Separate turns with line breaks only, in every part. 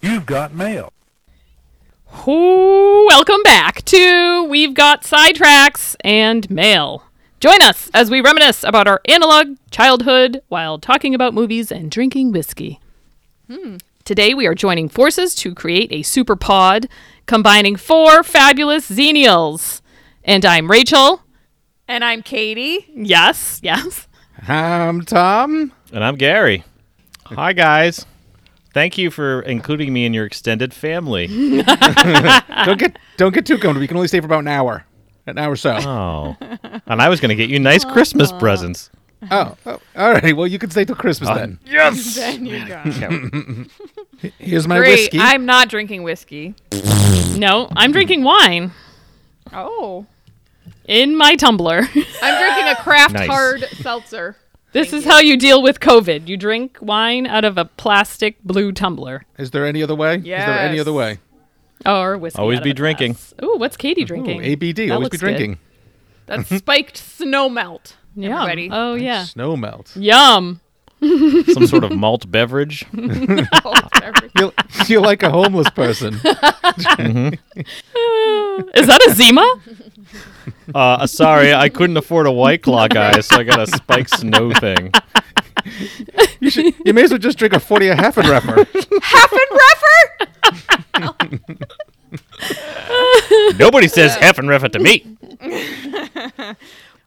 You've got mail.
Ooh, welcome back to We've Got Sidetracks and Mail. Join us as we reminisce about our analog childhood while talking about movies and drinking whiskey. Hmm. Today we are joining forces to create a super pod combining four fabulous xenials. And I'm Rachel.
And I'm Katie.
Yes, yes.
I'm Tom.
And I'm Gary. Hi, guys. Thank you for including me in your extended family.
Don't get don't get too comfortable. You can only stay for about an hour, an hour or so.
Oh. And I was going to get you nice Christmas presents. Uh,
oh, oh, all right. Well, you can stay till Christmas then.
Then you go.
Here's my
Great.
whiskey.
I'm not drinking whiskey.
No, I'm drinking wine
Oh.
in my tumbler.
I'm drinking a craft
Nice.
hard seltzer.
This is how you deal with COVID. You drink wine out of a plastic blue tumbler
Is there any other way? Is there any
Yes.
other way?
or whiskey.
Always
out of
be
a
drinking.
glass. Ooh, what's Katie
Ooh,
drinking?
ABD.
That
always be
looks good.
drinking.
That's spiked snow melt.
Yum.
Everybody.
Oh yeah.
Snow melt.
Yum.
Some sort of malt beverage.
You're, you're like a homeless person.
Is that a Zima?
Uh, sorry, I couldn't afford a White Claw, guys, so I got a Spike Snow thing.
You, should, you may as well just drink a forty a half and wrapper.
Nobody says F and Ref it to me.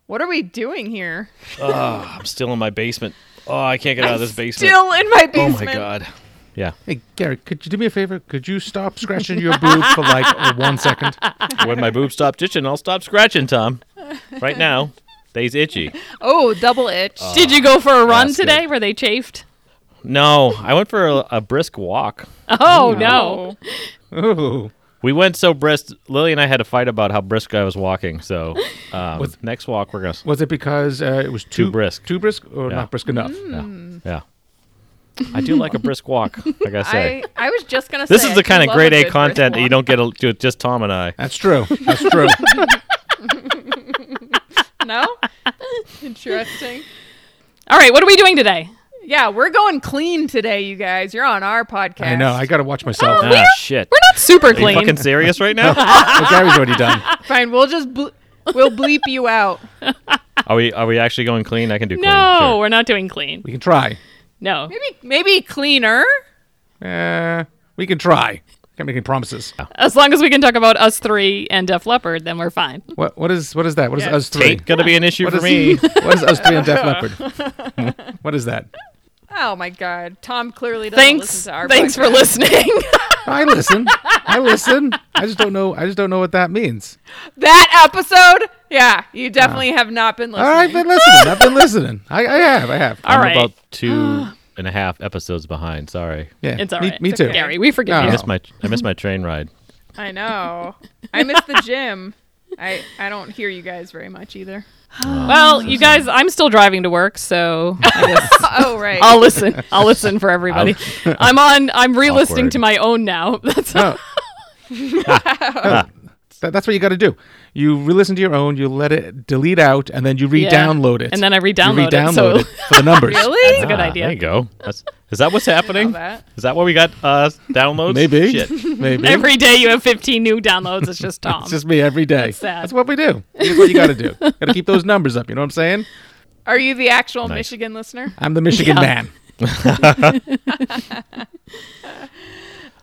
What are we doing here?
Oh, I'm still in my basement. Oh, I can't get out of this basement.
Still in my
oh,
basement.
my God. Yeah.
Hey Gary, could you do me a favor? Could you stop scratching your boob for like one second?
When my boobs stop itching, I'll stop scratching, Tom. Right now, they's itchy.
Oh, double itch.
Did you go for a run
Uh, that's good.
today? Were they chafed?
No, I went for a, a brisk walk.
Oh no.
Ooh.
We went so brisk. Lily and I had a fight about how brisk I was walking. So, um, next walk we're gonna. s-
Was it because uh, it was too,
brisk.
Too brisk, Mm. or
Yeah.
not brisk enough?
Hmm.
Yeah, I do like a brisk walk. Like I say,
I, I was just gonna
this
say
is
I
the
do
kind of
love
grade
a
A
good
content that you
brisk
don't get a, ju- just Tom and I.
That's true. That's true.
walk. No. Interesting.
All right. What are we doing today?
Yeah, we're going clean today, you guys. You're on our podcast.
I know. I got to watch myself.
Ah, shit.
We're not super
Are you
clean.
fucking serious right now?
Well, Gary's already done.
Fine, we'll just ble- we'll bleep you out.
are we are we actually going clean? I can do clean.
no,
sure.
we're not doing clean.
We can try.
No.
Maybe maybe cleaner.
Uh, we can try. Can't make any promises.
As long as we can talk about us three and Def Leppard, then we're fine.
What? What is? What is that? What is
Yeah.
us three?
Ain't gonna be an issue
What
for
is-
me.
What is us three and Def Leppard? what is that?
Oh my god. Tom clearly doesn't
Thanks.
listen to our
Thanks for listening.
I listen. I listen. I just don't know. I just don't know what that means.
for that episode. Yeah, you definitely have not been
All
listening.
right, I've been listening. I've been listening. I, I have. I have.
All
I'm
right.
about two and a half episodes behind. Sorry,
yeah.
it's all
me,
right.
Me
It's
too.
okay.
Gary, we forgive
No.
I
you.
missed my I missed my train ride.
I know. I miss the gym. I I don't hear you guys very much either.
Well, you guys, I'm still driving to work, so
Oh right.
I'll listen. I'll listen for everybody. I'm on. I'm re-listening
Awkward.
to my own now. That's
Oh. Ah. That- that's what you got to do. You re-listen to your own. You let it delete out, and then you
Yeah.
re-download it.
and then I
you
re-download,
re-download it
it. So
for the numbers.
really?
that's a good
Ah,
idea.
There you go. That's, is that what's happening?
that.
Is that why we got uh, downloads?
Maybe.
Shit.
Maybe.
Every day you have 15 new downloads. It's just Tom.
It's just me every day. That's,
sad.
what we do. That's what you got to do. got to keep those numbers up. You know what I'm saying?
Are you the actual
Nice.
Michigan listener?
I'm the Michigan
Yeah.
man.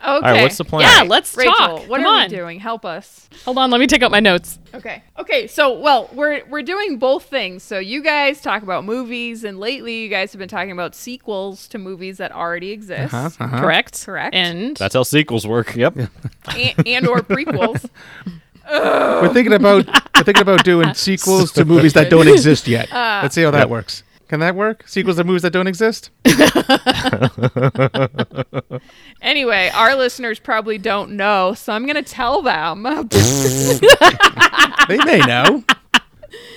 Okay.
All right, what's the plan?
yeah, let's
Rachel,
talk.
what
Come
are
on.
we doing? Help us.
Hold on, let me take out my notes.
Okay. Okay. So, well, we're we're doing both things. So, you guys talk about movies, and lately, you guys have been talking about sequels to movies that already exist,
Huh? Uh-huh.
Correct.
Correct.
And
That's how sequels work. Yep.
and, and or prequels.
We're
Oh.
thinking about we're thinking about doing sequels to movies that don't exist yet.
Uh.
Let's see how that works. Can that work? Sequels to movies that don't exist?
anyway, our listeners probably don't know, so I'm gonna tell them.
They may know.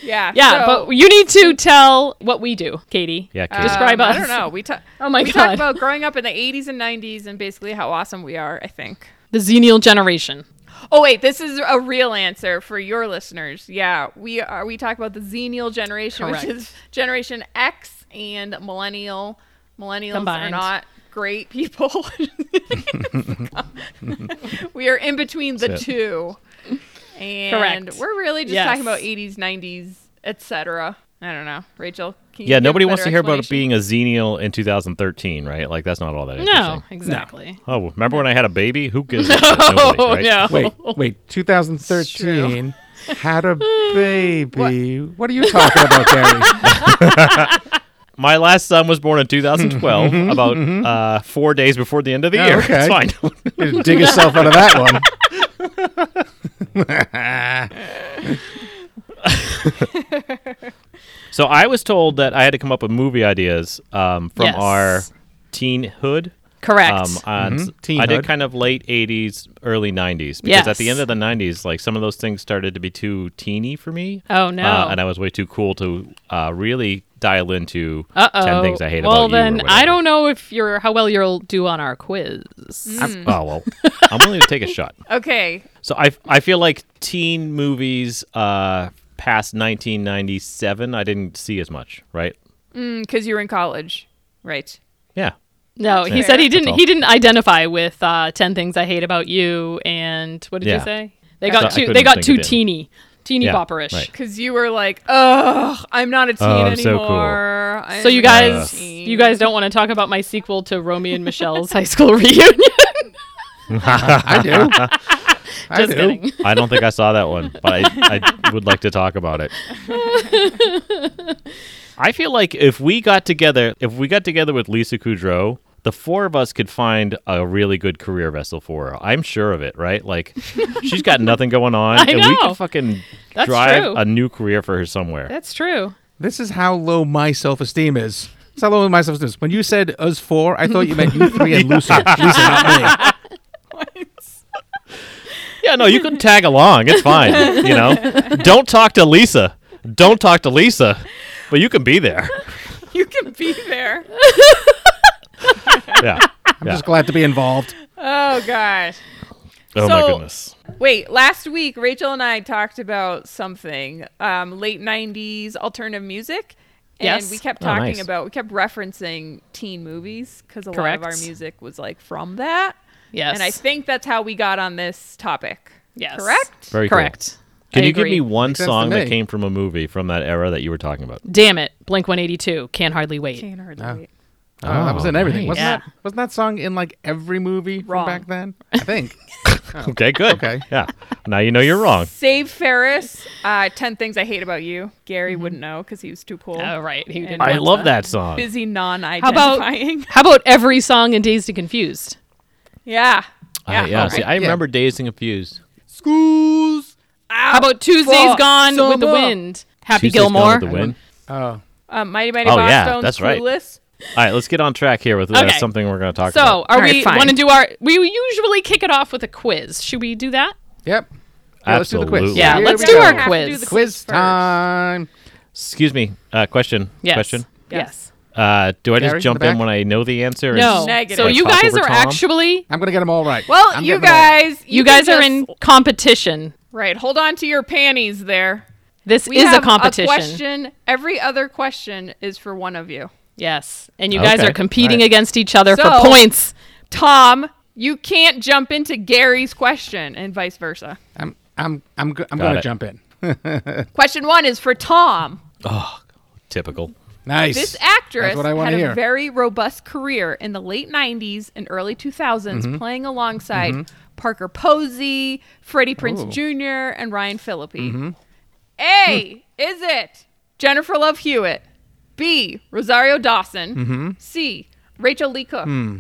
yeah.
yeah,
so,
but you need to tell what we do, Katie.
Yeah.
um,
Katie.
describe
I
us.
don't know. We talk.
Oh my
we
God.
talk about growing up in the 80s and 90s, and basically how awesome we are. I think.
The Xenial generation.
Oh wait, this is a real answer for your listeners. Yeah, we are. We talk about the Xennial generation,
Correct.
which is Generation X and Millennial. Millennials are
Combined.
not great people. we are in between the
That's it.
two. And
Correct.
we're really just
Yes.
talking about 80s, 90s, etc. I don't know. Rachel, can you
Yeah,
give
nobody
a
wants to
better
hear about it
explanation?
being a xenial in 2013, right? Like that's not all that interesting.
No, exactly.
Oh, well, remember when I had a baby? Who gives? a shit? Nobody,
Oh
right?
no.
Wait, wait. 2013 had a baby. What? are you talking about, Gary?
My last son was born in 2012, about uh, four days before the end of the
Mm-hmm, Oh,
year.
okay.
It's fine.
You didn't dig yourself out of that one.
so I was told that I had to come up with movie ideas um, from
Yes.
our teenhood.
Correct.
Um, on s-
Teen
I
hood.
did kind of late '80s, early '90s because at the
Yes.
end of the '90s, like some of those things started to be too teeny for me.
Oh, no.
Uh, and I was way too cool to uh, really dial into ten things I hate
well,
about you. or
then I
whatever.
don't know if you're how well you'll do on our quiz.
I'm,
Hmm.
oh well, I'm willing to take a shot.
Okay.
So I I feel like teen movies uh, past 1997, I didn't see as much. Right?
Because you were in college. Right.
Yeah.
No, he
Yeah.
said he didn't.
all.
He didn't identify with uh, ten things I hate about you. And what did you
Yeah.
say? They
So I
got too.
couldn't
They got
think
too
of it.
teeny, teeny
Yeah,
popperish.
right.
Because you were like, ugh, I'm not a teen
Oh, I'm so cool.
anymore.
So
I'm
you
not a
guys,
teen."
you guys don't want to talk about my sequel to Romeo and Michelle's high school reunion.
I do. I
Just
do.
kidding.
I don't think I saw that one, but I, I would like to talk about it. I feel like if we got together, if we got together with Lisa Kudrow, the four of us could find a really good career vessel for her. I'm sure of it, right? Like, she's got nothing going on,
I
and we
know.
could fucking
That's
drive
true.
a new career for her somewhere.
That's true.
This is how low my self esteem is. It's how low my self esteem is. When you said us four, I thought you meant you three and Lucy. Lucy, not me.
Yeah, no, you can tag along. It's fine. You know, don't talk to Lisa. Don't talk to Lisa. But you can be there.
you can be there.
Yeah.
I'm just glad to be involved.
Oh gosh.
Oh my
So-
goodness.
Wait, last week Rachel and I talked about something um, late '90s alternative music, and
Yes.
we kept
Oh,
talking
nice.
about we kept referencing teen movies because a lot of our
Correct.
music was like from that,
Yes.
and I think that's how we got on this topic.
Yes.
correct.
Very cool.
correct.
Can
I
you
agree.
give me one
sense to
song that
me.
came from a movie from that era that you were talking about?
Damn it! Blink One Eighty Two. Can't hardly wait.
Can't hardly wait.
Oh, that was in
Oh,
everything.
nice.
Wasn't
Yeah.
that wasn't that song in like every movie from
Wrong.
back then? I think.
Okay, good.
Oh. Okay.
Yeah. Now you know you're wrong.
Save Ferris, uh, Ten Things I Hate About You. Gary wouldn't know because he was too cool.
Mm-hmm. Oh right. He didn't
I
I
want
love that song.
Busy
How about
non-identifying.
how about every song in Dazed and Confused?
yeah.
Uh, Yeah, yeah. See,
right,
I
yeah.
remember Dazed and Confused.
Schools.
How about Tuesday's
fuck,
Gone with the
summer.
Wind? Happy
Tuesday's Gone
Gilmore.
with the Wind.
Oh.
Um, Mighty Mighty
Oh,
Boss
yeah,
Stones,
that's right.
Clueless.
All right, let's get on track here with uh,
Okay.
something we're going to talk
So,
about.
are
right,
we
fine.
want to do our? We usually kick it off with a quiz. Should we do that?
Yep. Yeah, let's do the quiz.
Absolutely.
Yeah,
Here
let's
we
do
go.
our
Have to do
quiz.
the
quiz
first.
time.
Excuse me. Uh, question.
Yes.
Question.
Yes.
Uh, do I
Gary, in
just jump
the
in
back?
when I know the answer? and
No.
Negative.
So
Like
you
Pop
guys
Over
are
Tom?
actually
I'm gonna get them all right.
Well,
I'm
you
getting 'em all right.
guys,
you
can
guys are
just-
in competition.
Right, hold on to your panties there.
This
We
is
have
a competition.
question. Every other question is for one of you.
Yes, and you guys
Okay.
are competing
All right.
against each other
So-
for points.
Tom, you can't jump into Gary's question and vice versa.
I'm I'm I'm go- I'm
Got
gonna
it.
jump in.
Question one is for Tom.
oh, Typical.
Nice.
This actress
That's what I want to
had a
hear.
very robust career in the late 90s and early 2000s,
Mm-hmm.
playing alongside Parker Posey, Freddie Prince
Ooh.
Jr., and Ryan Phillippe.
Mm-hmm.
A,
Hmm.
is it Jennifer Love Hewitt? B, Rosario Dawson?
Mm-hmm.
C, Rachel Lee Cook?
Hmm.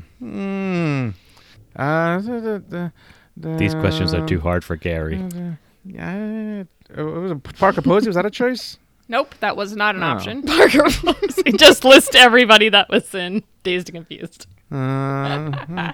Uh, da- da- da- da-
These questions are too hard for Gary.
Mm-hmm. Yeah. uh, was it Parker Posey. Was that a choice?
Nope, that was not
Oh.
an option.
Parker Posey. Just list everybody that was in Dazed and Confused.
Uh, uh,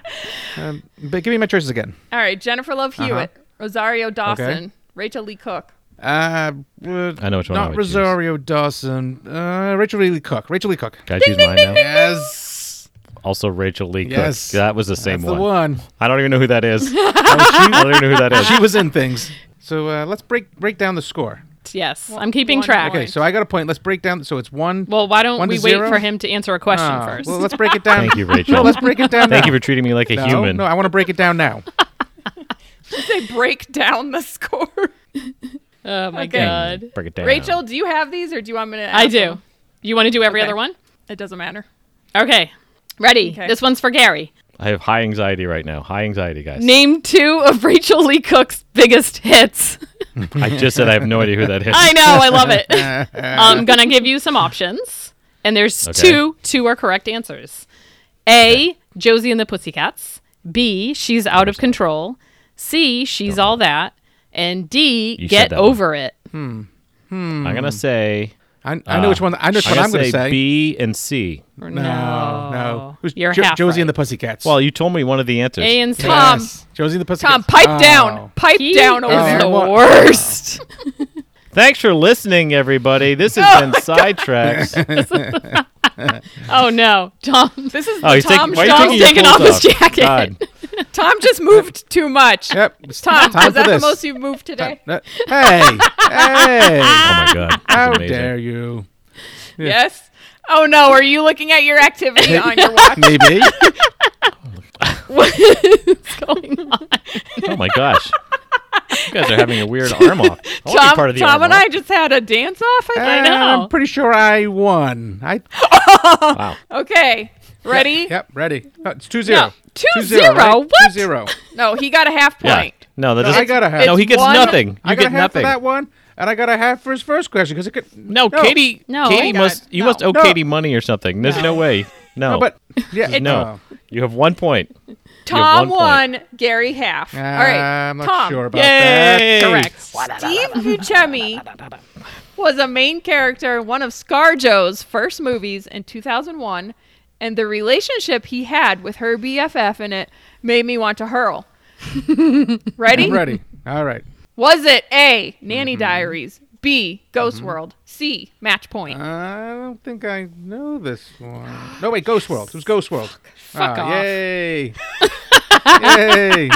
um, but give me my choices again.
All right, Jennifer Love
Uh-huh.
Hewitt, Rosario Dawson, Rachel Lee Cook.
Uh, uh,
I know which one I
Not
would choose.
Rosario Dawson. Uh, Rachel Lee Cook. Rachel Lee Cook.
Can I choose mine now?
Yes.
Also, Rachel Lee Cook.
Yes.
That was the same
That's
one.
the one.
I don't even know who that is. I don't even know who that is.
She was in things. So uh, let's break break down the score.
Correct. Yes. I'm keeping
one
track.
more.
Okay, so I got a point. Let's break down. So it's one.
Well, why don't
One to
we wait
zero?
for him to answer a question
Ah,
first?
Well, let's break it down.
Thank you, Rachel.
No, let's break it down.
Thank
now.
you for treating me like a
no,
human.
No, I want to break it down now.
They break down the score.
oh my
Okay.
god.
Break it down.
Rachel, do you have these or do you want me to?
I
ask
do.
them?
You want to do every
Okay.
other one?
It doesn't matter.
Okay. Ready.
Okay.
This one's for Gary.
I have high anxiety right now. High anxiety, guys.
Name two of Rachel Lee Cook's biggest hits.
I just said I have no idea who that is.
I know, I love it. I'm gonna give you some options, and there's
Okay.
two. Two are correct answers. A. Josie and the Pussycats. B. She's out of control. C. She's all that. And D.
You said
get
that one.
over it.
I'm gonna say.
I, I
Ah.
know which one. I know which one
I'm gonna
I'm going to say.
B and C.
Or
no, no. It was
You're
Jo-
half
Josie and the
right.
Pussycats.
Well, you told me one of the answers.
A and C.
Tom.
Yes. Josie and the Pussycats.
Tom, pipe
Oh.
down. Pipe
He
down over
is
there.
the
What?
worst.
Thanks for listening, everybody. This has been sidetracks.
oh no, Tom.
This is
Oh,
the
he's taking,
Tom
why are you
show.
Tom's
taking your
taking
clothes
off his jacket.
God.
Tom just moved too much.
Yep. It's
Tom,
time
is
for
that
this.
the most you've moved today?
No. Hey, hey!
Oh my god.
How
That's amazing.
dare you?
Yes. Oh no, are you looking at your activity on your watch?
Maybe.
what is going on?
Oh my gosh. You guys are having a weird arm off. I want to
Tom,
be part of the Um,
Tom
arm
and
off.
I just had a dance off. I think.
know.
I'm pretty sure I won. I.
Okay, ready?
Yep. Ready. No, it's two zero.
No, two
Two zero.
zero,
right?
what?
Two zero.
No, he got a half
Yeah.
point.
No, that
No,
doesn't.
I got a half.
no, he gets
It's one-
nothing. You
I got
get
a half
nothing.
for that one, and I got a half for his first question because it could.
No, Katie.
No.
Katie
God,
must. You
no.
must owe
No.
Katie money or something. There's no, way. No.
No, but yeah.
no. You have one point.
Tom
one Uh,
won, Gary half.
Oh.
All right,
I'm not
Tom.
sure about
Yay!
Correct.
Steve Buscemi was a main character in one of ScarJo's first movies in 2001, and the relationship he had with her BFF in it made me want to hurl.
that.
Ready?
Ready. All right.
Was it A. Nanny
Mm-hmm.
Diaries, B. Ghost World, C. Match Point?
Uh,
I don't think I know this one. No, wait, Ghost World. It was Ghost World. Fuck
off.
Yay. yay.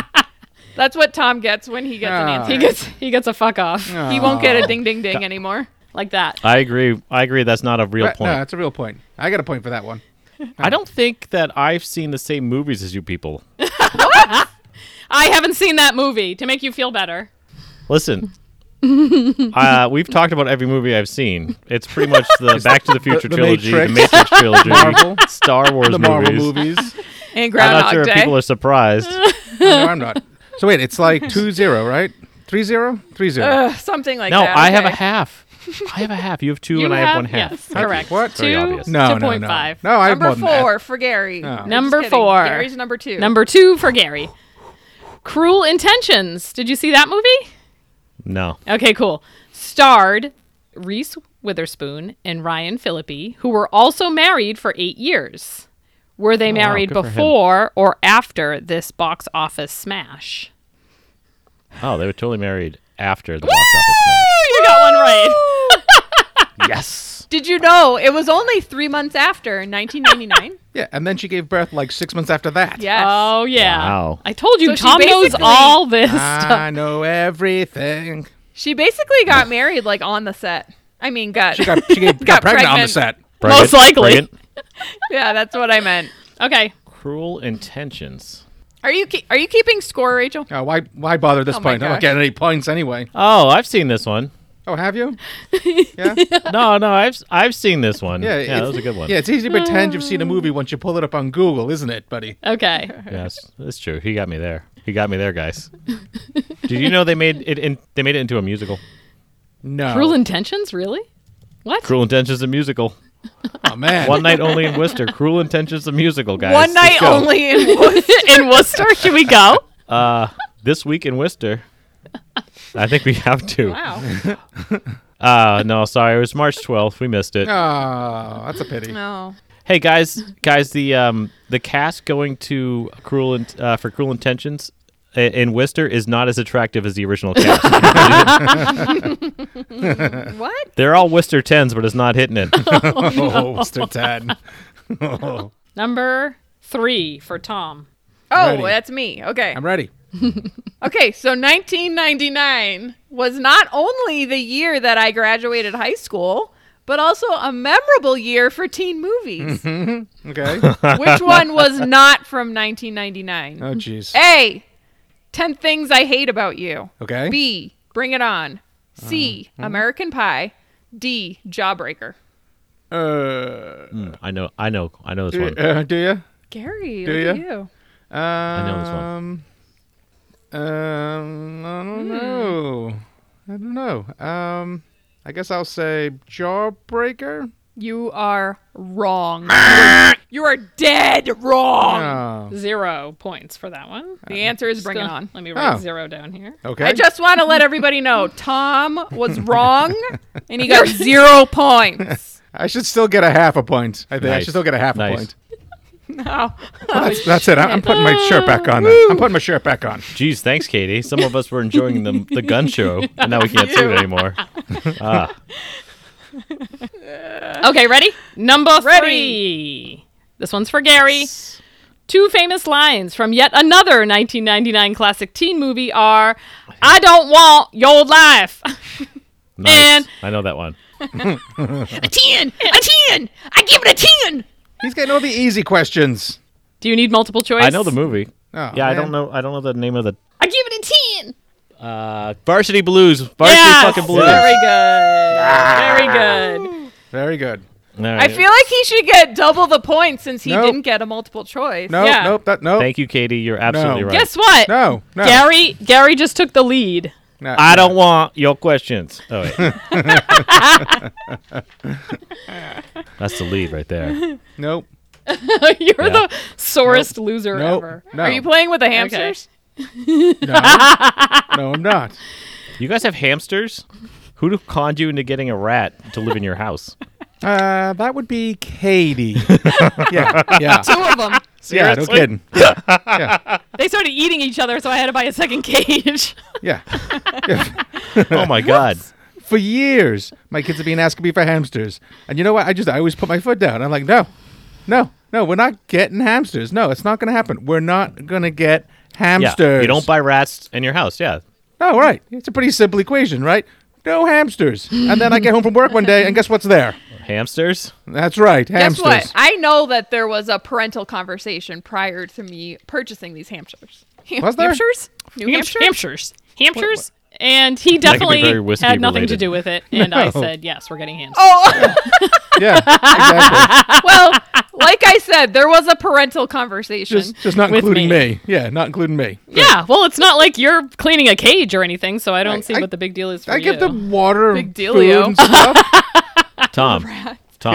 That's what Tom gets when he gets an
Ah.
answer.
He gets he gets a fuck off
He won't
Ah.
get a ding ding ding anymore.
like that.
I agree. I agree. That's not a real
Right,
point.
No, that's a real point. I got a point for that one.
I don't think that I've seen the same movies as you people.
I haven't seen that movie to make you feel better.
Listen, uh, we've talked about every movie I've seen. It's pretty much the Back to the Future
the
trilogy,
Matrix,
the Matrix trilogy,
Marvel,
Star Wars
The Marvel
movies.
movies.
And
I'm
Groundhog
not sure
Day.
if people are surprised.
no, I'm not. So wait, it's like 2-0, right? 3-0? 3-0.
Ugh, something like
No,
that.
I have a
okay.
half. I have a half. You have two,
You
and I have one half.
Yes,
Thank you.
correct.
What?
Two,
Very obvious.
no, no, no.
2.5.
No, I have
Number
more than
four for
Ah.
Gary.
No.
Just
Number
kidding.
four.
Gary's number two.
Number two for Gary. Cruel Intentions. Did you see that movie?
No.
Okay, cool. Starred Reese Witherspoon and Ryan Phillippe, who were also married for eight years. Were they
Oh, wow,
married
good for him.
before or after this box office smash?
Oh, they were totally married after the box office.
Ooh, you got one right.
Night. Yes.
Did you know it was only three months after in 1999?
that. Yeah, and then she gave birth like six months after that.
yes.
Oh yeah.
Wow. Ah.
I told you
So she
Tom knows
basically-
all this stuff.
I know everything.
She basically got married like on the set. I mean, got.
She got, she gave, got,
Got
pregnant, on the
pregnant.
set.
Most likely.
yeah, that's what I meant.
Okay.
Cruel intentions.
Are you ke- are you keeping score, Rachel?
Oh, why why bother at this
Oh my
point? I don't
gosh.
get any points anyway.
Oh, I've seen this one.
Oh, have you? Yeah,
No, no, I've I've seen this one.
yeah,
Yeah,
it's-
that was a good one.
Yeah, it's easy to pretend you've seen a
Oh.
movie once you pull it up on Google, isn't it, buddy?
Okay.
Yes, that's true. He got me there. He got me there, guys. Did you know they made it? In, they made it into a musical.
No.
Cruel Intentions, really? What?
Cruel Intentions, a musical.
oh man.
One night only in Worcester. Cruel Intentions, a musical, guys.
One
Let's
night
go.
only in Worcester.
In Worcester, should we go?
Uh, this week in Worcester. I think we have to.
wow.
Uh, no, sorry, it was March twelfth. We missed it.
Oh, that's a pity.
No.
Hey guys, guys, the um the cast going to Cruel in, uh, for Cruel Intentions i- in Worcester is not as attractive as the original cast.
What?
They're all Worcester tens, but it's not hitting it.
Oh, Mr. Tad. Oh,
Number three for Tom.
Oh,
Ready.
that's me. Okay.
I'm ready.
Okay, so 1999 was not only the year that I graduated high school, but also a memorable year for teen movies.
Okay.
Which one was not from 1999?
Oh, jeez.
A. 10 Things I Hate About You.
Okay.
B. Bring It On.
Uh-huh.
C.
Hmm.
American Pie. D. Jawbreaker.
Uh,
Hmm, I know, I know, I know this
do,
one.
uh, do you?
Gary,
Do
look
ya?
at you.
Um, I
know this one.
Um, I don't
Hmm.
know. I don't know. Um, I guess I'll say Jawbreaker.
You are wrong. You are- you are dead wrong.
Oh,
Zero points for that one.
The answer is Bring It On.
Let me write
Oh.
zero down here.
okay.
I just want to let everybody know Tom was wrong and he got zero points.
I should still get a half a point. I think I
Nice.
should still get a half a
Nice.
point.
No. Oh,
That's, that's it. I'm, I'm putting my shirt back on. then. I'm putting my shirt back on.
Geez, thanks, Katie. Some of us were enjoying the the gun show, and now we can't see it anymore. Ah,
Okay, ready? Number
Ready.
three. This one's for Gary. Two famous lines from yet another 1999 classic teen movie are I don't want your life.
nice.
And-
I know that one.
A 10. A 10. I give it a 10.
He's getting all the easy questions.
Do you need multiple choice?
I know the movie.
Oh,
yeah, I
man.
don't know. I don't know the name of the
I give it a 10.
uh, Varsity Blues. Varsity
Yes!
fucking Blues.
Very good. Very good.
Very good.
All right.
I feel like he should get double the points since he
Nope.
didn't get a multiple choice.
No,
Yeah.
nope, that, nope.
Thank you, Katie. You're absolutely
No.
right.
Guess what?
No, no.
Gary Gary just took the lead.
no,
I
no.
don't want your questions. Oh, wait. That's the lead right there.
Nope.
You're
Yeah.
the sorest loser
Nope.
ever.
No.
Are you playing with the hamsters?
No. no, I'm not.
You guys have hamsters? Who conned you into getting a rat to live in your house?
Uh, that would be Katie. yeah, yeah,
Two of them.
yeah. No
Seriously?
kidding.
They started eating each other, so I had to buy a second cage.
Yeah.
Oh my god.
For years, my kids have been asking me for hamsters, and you know what? I just I always put my foot down. I'm like, no, no, no. We're not getting hamsters. No, it's not going to happen. We're not going to get hamsters.
Yeah. You don't buy rats in your house. Yeah.
Oh, right. It's a pretty simple equation, right? No hamsters. and then I get home from work one day, and guess what's there?
Hamsters?
That's right,
Guess
hamsters.
what? I know that there was a parental conversation prior to me purchasing these hamsters.
Was there?
Hamsters?
New Hampshire?
Hampshires. Hampshires? And he definitely
very whiskey
had nothing to
related.
do with it. And I
No.
said, yes, we're getting hamsters.
Oh,
Yeah, exactly.
well, like I said, there was a parental conversation.
just, just not
With
including
me.
me. Yeah, not including me.
Yeah, well, it's not like you're cleaning a cage or anything, so I don't
I-
see
I-
what the big deal is for
I
you.
give them water,
Big
Big
dealio.
food, and stuff.
Tom. Tom.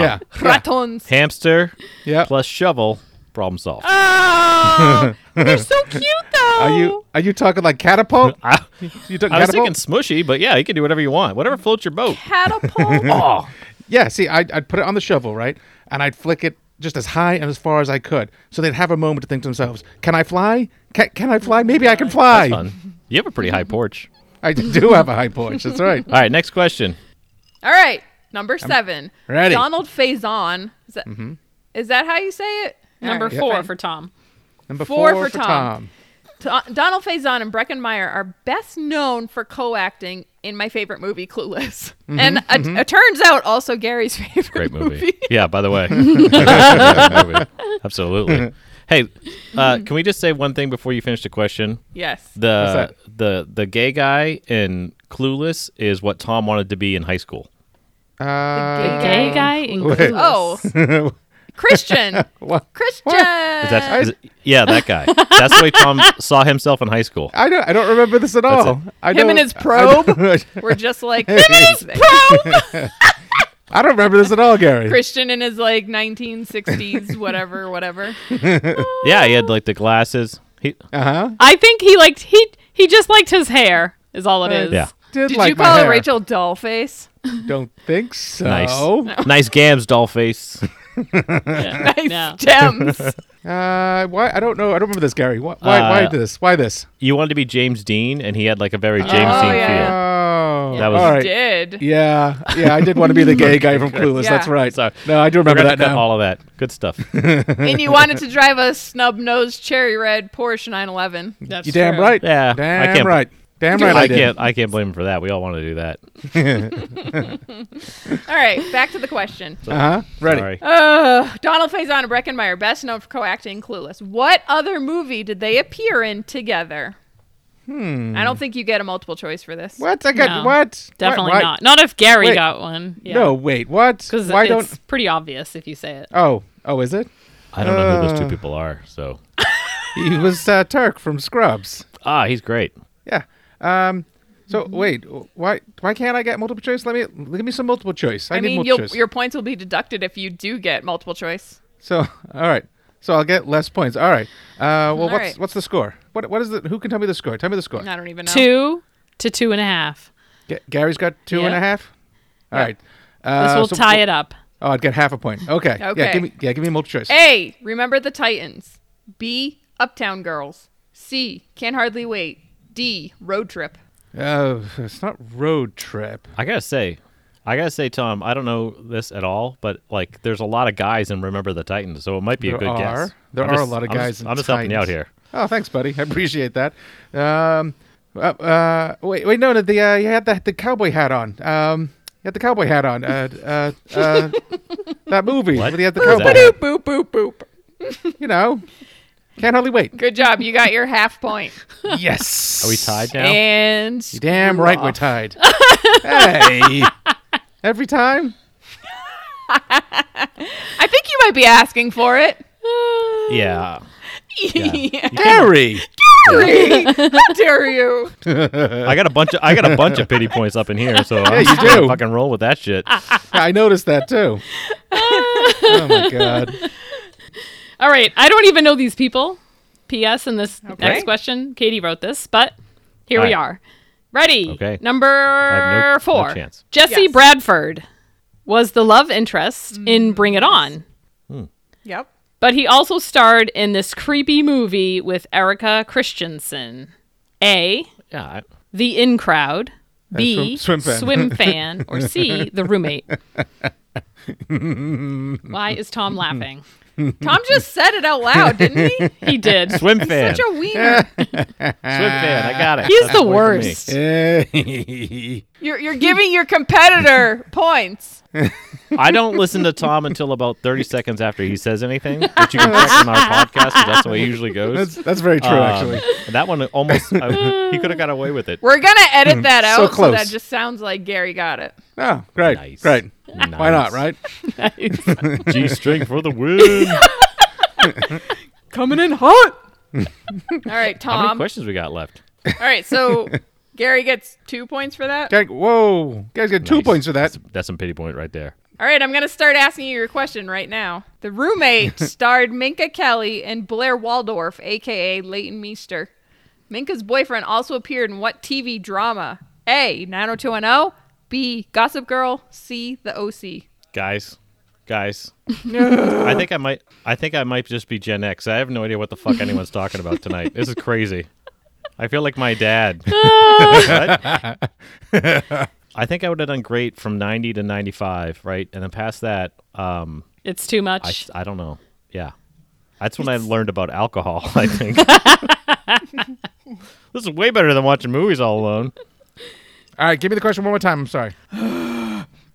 yeah, yeah,
Ratons.
Hamster
yeah.
plus shovel. Problem solved.
Oh, they're so cute, though.
Are you are you talking like catapult?
I,
You took
I was
catapult?
thinking smushy, but yeah, you can do whatever you want. Whatever floats your boat.
Catapult.
Oh.
Yeah, see, I'd, I'd put it on the shovel, right? And I'd flick it just as high and as far as I could. So they'd have a moment to think to themselves, can I fly? Can, can I fly? Maybe I can fly.
Fun. You have a pretty high porch.
I do have a high porch. That's right.
All right, next question.
All right, number seven.
ready.
Donald Faison. Is that, is that how you say it?
Number
All right,
four
fine.
for Tom.
Number
Four
four,
for
for,
Tom.
Tom.
Do- Donald Faison and Breckenmeyer are best known for co-acting in my favorite movie, Clueless, and it turns out also Gary's favorite
Great movie.
movie.
Yeah, by the way. Great movie. Absolutely. Hey, uh, can we just say one thing before you finish the question?
Yes.
The
What's
the the gay guy in Clueless is what Tom wanted to be in high school.
Uh,
Gay guy in
Wait.
Clueless.
oh,
Uh,
Christian.
what?
Christian.
Is
Uh,
that, is it- yeah, that guy. That's the way Tom saw himself in high school.
I don't, I don't remember this at all. I
Him
don't-
and his probe.
I don't,
We're just like him and his
I don't remember this at all, Gary.
Christian in his like 1960s, whatever, whatever.
Yeah, he had like the glasses. He,
Uh-huh.
I think he liked he he just liked his hair is all it is.
yeah.
Did,
Did
like
you
my
call it
hair.
Rachel Dollface?
Don't think so. Uh,
Nice. Nice gams, doll face.
Nice
No.
stems.
Uh, why? I don't know. I don't remember this, Gary. Why? Why, why
Uh,
this? Why this?
You wanted to be James Dean, and he had like a very James
Oh,
Dean
yeah.
feel.
Oh,
That was-
all right.
Did.
Yeah, yeah. I did want to be the gay guy from Clueless.
Yeah.
That's right.
Sorry.
No, I do
We're
remember
gonna
that
cut
now.
all of that. Good stuff.
and you wanted to drive a snub nosed cherry red Porsche 911.
That's
you damn
true.
right.
Yeah, I
Damn
can't-
right. Damn right. I,
I
did.
can't. I can't blame him for that. We all want to do that.
All right, back to the question.
Uh huh. Ready.
Sorry.
Uh, Donald Faison and Breckenmeyer, best known for co-acting in Clueless. What other movie did they appear in together? Hmm. I don't think you get a multiple choice for this.
What? I got
No.
what?
Definitely
Why- why-
not. Not if Gary
Wait.
got one. Yeah.
No, wait. What?
Because
Why
it's
don't?
pretty obvious if you say it.
Oh, oh, is it?
I don't know who those two
Uh.
people are. So
He was uh, Turk from Scrubs.
ah, he's great.
Yeah. Um. So wait, why why can't I get multiple choice? Let me give me some multiple choice. I,
I
need
mean,
multiple
you'll,
choice.
your points will be deducted if you do get multiple choice.
So all right. So I'll get less points. All right. Uh. Well, what's
right.
what's the score? What what is the? Who can tell me the score? Tell me the score.
I don't even know.
Two to two and a half.
Ga- Gary's got two and
Yeah.
a half. All right.
This
Uh,
will
so-
tie it up.
Oh, I'd get half a point. Okay. Yeah.
Okay.
Give me yeah. Give me multiple
Eh.
choice.
A. Remember the Titans. B. Uptown Girls. C. Can't hardly wait. D. Road Trip.
Oh, it's not road trip.
I gotta say, I gotta say, Tom, I don't know this at all, but like, there's a lot of guys in Remember the Titans, so it might be a
There
good
are.
guess.
There
I'm
are
just-
a lot of
I'm
guys
just-
in
I'm just helping you out
Titans.
here.
Oh, thanks, buddy. I appreciate that. Um, uh, uh, wait, wait, no, no, the uh, you had the, the cowboy hat on. Um, you had the cowboy hat on. Uh, uh, uh, that movie.
What?
where He had the
What was
cowboy.
that?
Boop boop boop boop.
You know, can't hardly wait.
Good job. You got your half point.
yes.
Are we tied now?
And
You damn right, we're tied. hey, every time.
I think you might be asking for it.
yeah.
yeah.
Gary.
How dare you?
I got a bunch of I got a bunch of pity points up in here, so I'm
you
just gonna
do.
fucking roll with that shit.
Ah.
I noticed that too. oh my god.
All right. I don't even know these people. P.S. in this
Okay.
next question, Katie wrote this, but here
All
we
right.
are. Ready.
Okay.
Number
have no- no
four.
chance.
Jesse
Yes.
Bradford was the love interest in
Mm.
Bring It On,
Yep.
but he also starred in this creepy movie with Erica Christensen. A.
Yeah. I-
The In Crowd. B.
swim- swim fan.
fan, Or C. The Roommate. Why is Tom laughing?
Tom just said it out loud, didn't he?
He did.
Swim fan.
Such a wiener.
Swim fan. I got it.
He's
That's
the
a point for me.
worst.
Hey.
You're, you're giving your competitor points.
I don't listen to Tom until about 30 seconds after he says anything, which you can check on our podcast. 'cause That's the way it usually goes.
That's that's very true,
Um,
actually.
and that one almost I, he could have got away with it.
We're going to edit that out
Hmm. So
so that
close.
just sounds like Gary got it.
Oh, great,
Nice.
great. Why not,
Nice.
right?
G string for the win.
Coming in hot. All right,
How many
Tom. All
questions we got left?
right, so Gary gets two points for that.
Okay, whoa, guys got two
Nice.
points for that.
That's some pity point right there.
All right, I'm going to start asking you your question right now. The roommate starred Minka Kelly and Blair Waldorf, aka Leighton Meester. Minka's boyfriend also appeared in what TV drama? A. 90210, B. Gossip Girl, C. The OC.
Guys, guys. I think I might. I think I might just be Gen X. I have no idea what the fuck anyone's talking about tonight. This is crazy. I feel like my dad. What? I think I would have done great from 90 to 95, right? And then past that, um,
It's too
I,
much.
I don't know. Yeah. That's when I learned about alcohol, I think. this is way better than watching movies all alone.
All right, give me the question one more time. I'm sorry.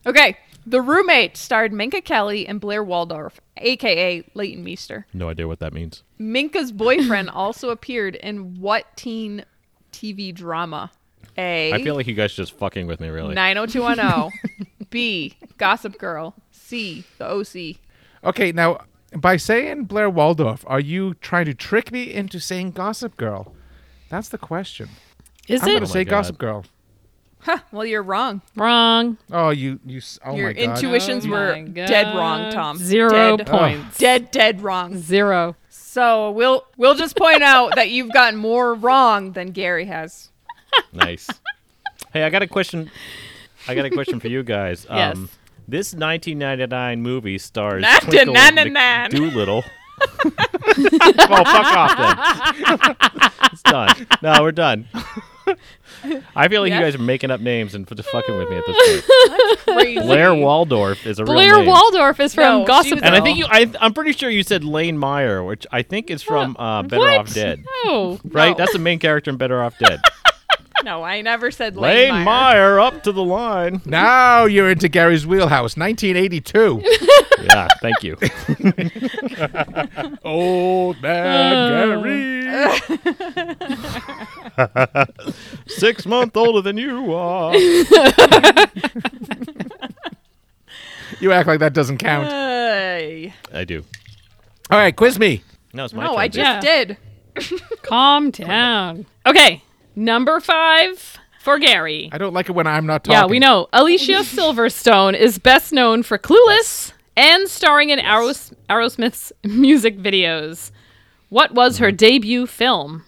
Okay, The roommate starred Minka Kelly and Blair Waldorf, aka Leighton Meester.
No idea what that means.
Minka's boyfriend also appeared in what teen TV drama? A.
I feel like you guys are just fucking with me, really.
90210. B. Gossip Girl. C. The OC.
Okay, now by saying Blair Waldorf, are you trying to trick me into saying Gossip Girl? That's the question.
Is
I'm
it
going to say
God.
Gossip Girl.
Well, you're wrong.
wrong?
Oh, you, you. s- Oh
Your
my god.
intuitions
Oh
were
my God.
dead wrong, Tom.
Zero
dead,
points.
Dead, dead
Oh.
wrong.
Zero.
So we'll we'll just point out that you've gotten more wrong than Gary has.
nice. Hey, I got a question. I got a question for you guys. Um,
Yes.
This 1999 movie stars
Not to
Twinkle
nan and nan.
Doolittle. well, fuck off then. it's done. No, we're done. I feel like
Yeah.
you guys are making up names and f- just fucking with me at this point.
Crazy.
Blair Waldorf is a real
Blair
name.
Waldorf is from
No, she
Gossip
was-
and I
Girl.
think you, I, I'm pretty sure you said Lane Meyer, which I think is from uh, Better
What?
Off Dead.
No.
Right?
No.
That's the main character in Better Off Dead.
No, I never said Lane,
Lane Meyer. up to the line.
Now you're into Gary's wheelhouse, 1982.
yeah, thank you.
Old man
Uh.
Gary.
Six month older than you are.
You act like that doesn't count.
Uh. Hey.
I do.
All right, quiz me.
No, it's my
No,
turn.
I
bitch.
just
Yeah.
did.
Calm down. Okay, number five for Gary.
I don't like it when I'm not talking.
Yeah, we know. Alicia Silverstone is best known for Clueless and starring in Arrows- Aerosmith's music videos. What was
Mm-hmm.
her debut film?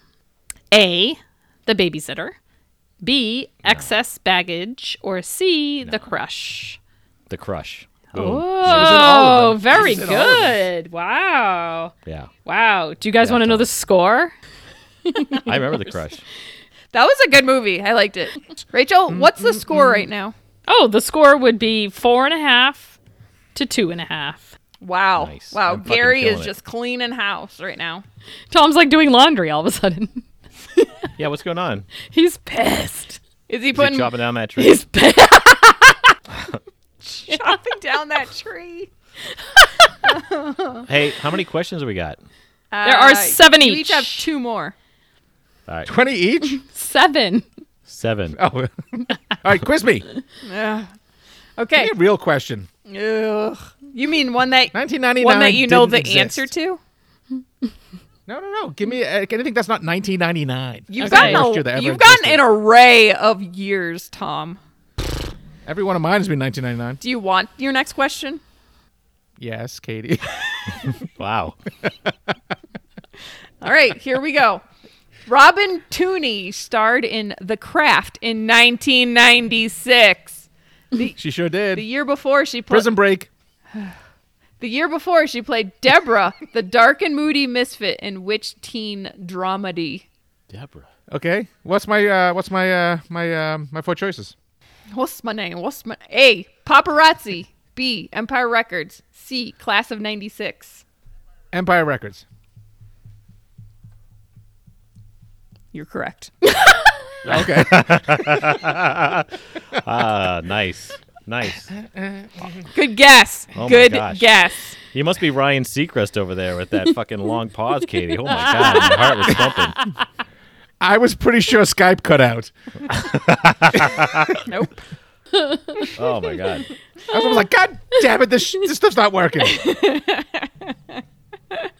A. The Babysitter. B. Excess Baggage. Or C. The Crush.
The Crush. Boom.
Oh, very good. Wow.
Yeah.
Wow. Do you guys
Yeah,
want to know the
totally.
score?
I remember The Crush.
That was a good movie. I liked it. Rachel,
Mm,
what's the score right now?
Oh, the score would be four and a half to two and a half.
Wow.
Nice.
Wow.
I'm fucking
Gary is
killing it.
just cleaning house right now.
Tom's like doing laundry all of a sudden.
Yeah, what's going on?
He's pissed.
Is he
Is he
putting
chopping down that tree?
He's pissed.
chopping down that tree?
hey, how many questions we got?
There are seven
Uh, you each
each.
have two more.
All right,
20 each?
Seven.
seven.
Oh. All right, quiz me.
Ugh. Okay.
Give me a real question.
Ugh. You mean one that
1999.
one that you know
didn't
the
exist.
answer to?
No, no, no. Give me uh, anything that's not 1999.
You've
Okay.
Worst year
gotten
that
a,
ever
you've gotten
existed.
an array of years, Tom.
Every one of mine has been 1999.
Do you want your next question?
Yes, Katie.
Wow.
All right, here we go. Robin Tooney starred in The Craft in 1996.
she sure
The
did.
year before she played
Prison Break.
The year before she played Deborah, the dark and moody misfit in which teen dramedy?
Deborah.
Okay. What's my uh what's my uh my um my four choices?
What's my name? What's my A. Paparazzi. B. Empire Records. C. Class of 96.
Empire Records.
You're correct.
Okay.
Ah, nice. Nice.
Good guess.
Oh my
Good
gosh.
guess.
You must be Ryan Seacrest over there with that fucking long pause, Katie. Oh my god, my heart was thumping.
I was pretty sure Skype cut out.
Nope.
Oh my god.
I was almost like, God damn it, this, sh- this stuff's not working.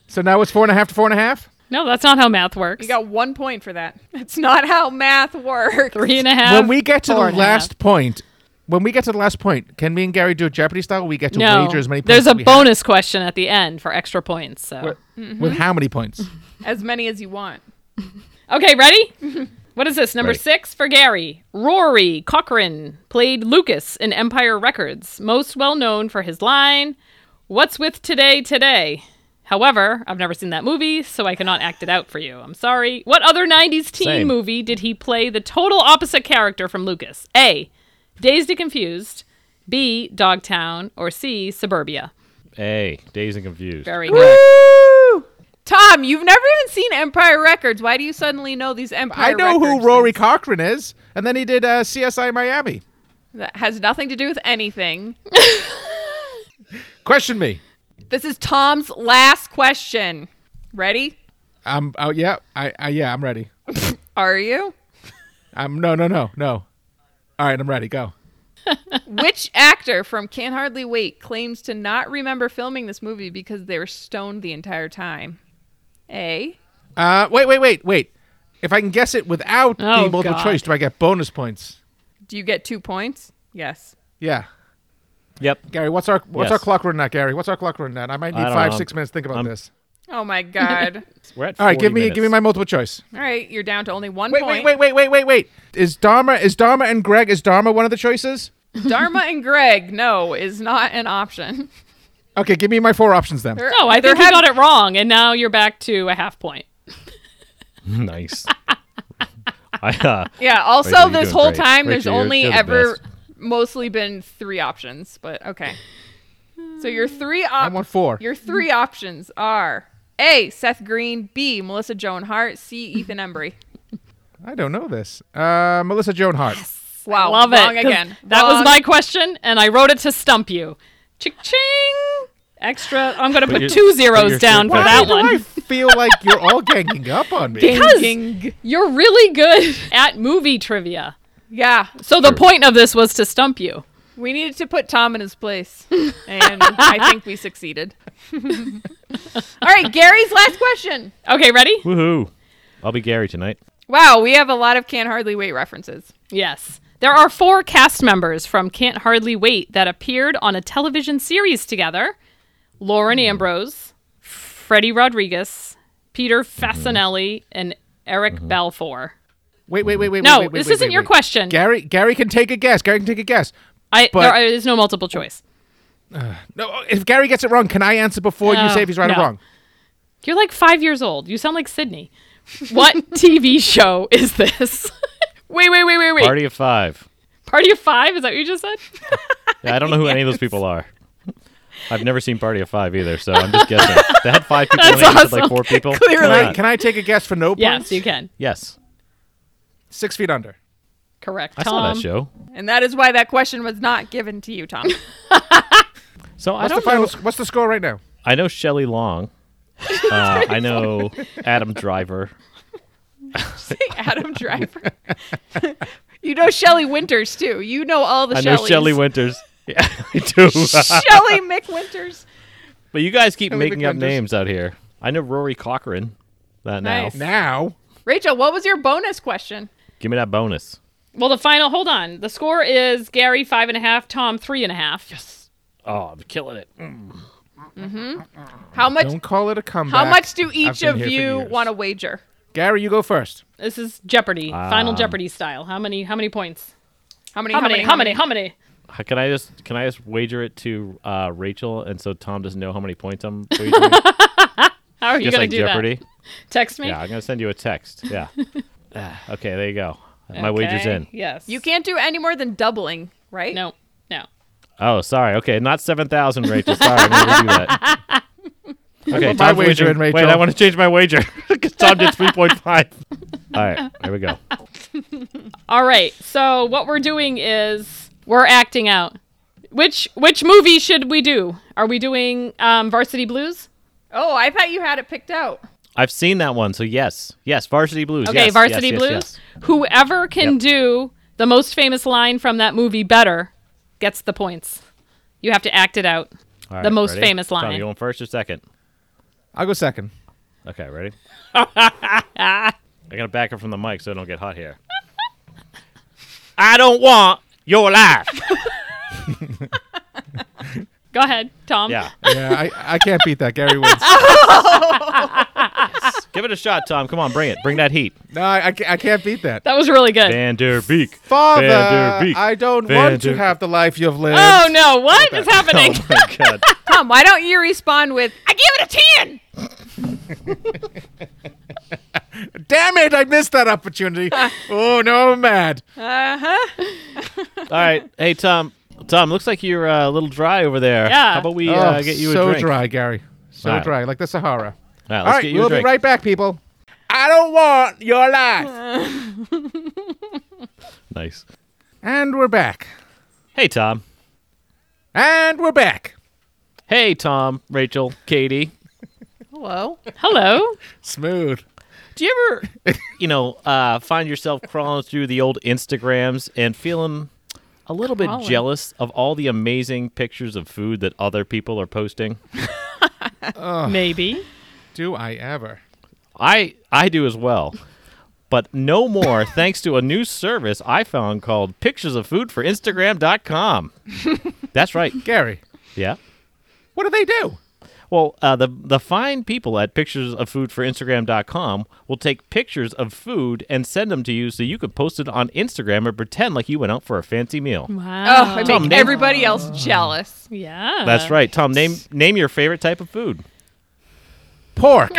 so now it's four and a half to four and a half?
No, that's not how math works.
You got one point for that. That's not how math works.
three and a half.
when we get to the
Uh, four and a half.
last point, when we get to the last point, can me and Gary do a Jeopardy style? We get to
no,
wager as many points.
there's
as
a
we have.
bonus Mm-hmm. question at the end for extra points. So,
With how many points?
As many as you want.
okay, ready? what is this? Number
Ready.
six for Gary. Rory Cochrane played Lucas in Empire Records, most well known for his line, "What's with today today." However, I've never seen that movie, so I cannot act it out for you. I'm sorry. What other 90s teen
Same.
movie did he play the total opposite character from Lucas? A. Dazed and Confused, B. Dogtown, or C. Suburbia?
Hey, dazed and confused.
Very good.
Woo!
Tom, you've never even seen Empire Records. Why do you suddenly know these Empire
I know
Records
who Rory
things?
Cochrane is, and then he did uh, CSI Miami.
That has nothing to do with anything.
Question me.
This is Tom's last question. Ready?
Um. Oh yeah. I, I. Yeah. I'm ready.
Are you?
I'm. Um, No. No. No. No. All right. I'm ready. Go.
Which actor from Can Hardly Wait claims to not remember filming this movie because they were stoned the entire time? A.
Uh. Wait. Wait. Wait. Wait. If I can guess it without
Oh,
the multiple
God.
choice, do I get bonus points?
Do you get two points? Yes.
Yeah.
Yep.
Gary, what's our what's
Yes.
our clock running at? Gary, what's our clock running at? I might need
I don't
five
know.
six minutes to think about
I'm-
this.
Oh my God.
We're at
All right,
40
give me give me my
minutes.
multiple choice.
All right, you're down to only one
Wait,
point.
wait, wait, wait, wait, wait, wait. Is Dharma is Dharma and Greg is Dharma one of the choices?
Dharma and Greg, no, is not an option.
Okay, give me my four options then.
No, I
There
think you
had-
got it wrong, and now you're back to a half point.
nice. I, uh,
Yeah.
Rachel,
Also,
you're
this
doing
whole
great.
time, there's
Rachel, you're-
only
you're the
ever
best.
mostly been three options, but okay. So your three
I
op-
want four.
your three options are A. Seth Green, B. Melissa Joan Hart, C. Ethan Embry.
I don't know this. Uh, Melissa Joan Hart.
Wow,
Love
Oh, wrong
it. 'cause
again.
That
Wrong.
was my question, and I wrote it to stump you. Ching ching. Extra. I'm going to
you're-
put two
but
zeros
you're
down for
sure
that
better.
Why do I
one.
feel like you're all ganging up on me.
Because
Ging.
you're really good at movie trivia.
Yeah,
So the point of this was to stump you.
we needed to put Tom in his place, and I think we succeeded. All right, Gary's last question.
Okay, ready?
woohoo. I'll be Gary tonight.
Wow, we have a lot of can hardly wait references.
Yes. There are four cast members from Can't Hardly Wait that appeared on a television series together Lauren
Hmm.
Ambrose, Freddie Rodriguez, Peter Fasinelli, and Eric Balfour.
Hmm. Mm-hmm. Wait, wait, wait, wait.
No,
wait, wait,
this
wait,
isn't
wait,
your
wait.
question.
Gary, Gary can take a guess. Gary can take a guess.
I,
but-
there is no multiple choice.
No, if Gary gets it wrong, can I answer before you
No,
say if he's right
no.
or wrong?
You're like five years old. You sound like Sydney. What TV show is this? wait, wait, wait, wait, wait. Party.
Party of five.
of Five? Is that what you just said?
Yeah, I don't know who any of those people are. I've never seen Party of Five either, so I'm just guessing. they had five people in it,
That's
you said, like
awesome.
four people.
Can
Why
I,
not?
can I take a guess for no
yes,
points?
you can.
yes.
Six feet under.
Correct.
I
Tom.
saw that show.
And that is why that question was not given to you, Tom.
So I
What's the
don't
final?
know.
s- What's the score right now?
I know Shelley Long. Uh, I know Adam Driver.
Adam Driver. you know Shelly Winters too. You know all the
I know
Shelleys.
Shelley Winters. Yeah, I do.
Shelly McWinters.
but you guys keep
Shelley
making up
McWinters.
names out here. I know Rory Cochrane. That now.
Nice.
Now.
Rachel, what was your bonus question?
Give me that bonus.
Well, the final, hold on. The score is Gary five and a half, Tom three and a half. Yes.
Oh, I'm killing it.
How much
Don't call it a comeback.
how much do
I've
each
been
of
here for
you
years.
want to wager?
Gary, you go first.
This is Jeopardy, Final
Um,
Jeopardy style. How many? How many points?
How many
How, many? How many? How many?
How- Can I just can I just wager it to uh, Rachel and so Tom doesn't know how many points I'm wagering?
How are you
just
gonna
like
do
Jeopardy.
that? Text me.
Yeah, I'm gonna send you a text. Yeah. Ah, okay, there you go. My wager's
Okay,
in.
Yes.
You can't do any more than doubling, right?
No. No.
Oh, sorry. Okay, not seven thousand, Rachel. Sorry, I'm gonna redo that. Okay,
want my
Tom's
wager
wagering.
in,
Wait,
Rachel.
I want to change my wager 'Cause Tom did three point five. All right, there we go.
All right. So what we're doing is we're acting out. Which which movie should we do? Are we doing um, Varsity Blues?
Oh, I thought you had it picked out.
I've seen that one, so yes, yes, Varsity Blues.
Okay,
yes,
Varsity
yes, yes,
Blues.
yes.
Whoever can
Yep.
do the most famous line from that movie better gets the points. You have to act it out.
All right,
The most
ready?
famous
Tom,
line.
you going first or second?
I'll go second.
Okay, ready? I gotta back up from the mic so I don't get hot here. I don't want your life.
Go ahead, Tom.
Yeah,
Yeah, I, I can't beat that. Gary wins.
give it a shot, Tom. Come on, bring it. Bring that heat.
No, I, I, can't, I can't beat that.
That was really good.
Van der Beek.
Father,
Van der Beek.
I don't
Van
want
der-
to have the life you've lived.
Oh no! What is happening?
Oh my god.
Tom, why don't you respond with I give it a 10?
Damn it, I missed that opportunity. oh no, I'm mad.
Uh-huh.
All right. Hey, Tom. Tom, looks like you're uh, a little dry over there.
Yeah.
How about we
oh,
uh, get you
so
a drink?
dry, Gary. So
Wow.
dry, like the Sahara.
All right,
All
let's
right,
get you
we'll
a drink.
be right back, people. I don't want your life.
Nice.
and we're back.
Hey, Tom.
And we're back.
Hey, Tom, Rachel, Katie.
Hello.
Hello.
Smooth.
Do you ever, you know, uh, find yourself crawling through the old Instagrams and feeling a little bit
Crawling.
jealous of all the amazing pictures of food that other people are posting?
Maybe.
Do I ever?
I I do as well. But no more thanks to a new service I found called Pictures of Food for Instagram.com. That's right.
Gary,
Yeah.
what do they do?
Well, uh, the the fine people at pictures of food for Instagram.com will take pictures of food and send them to you so you could post it on Instagram and pretend like you went out for a fancy meal.
Oh, I
Wow.
Tom,
make
name-
everybody else jealous.
yeah.
That's right. Tom, name name your favorite type of food.
Pork.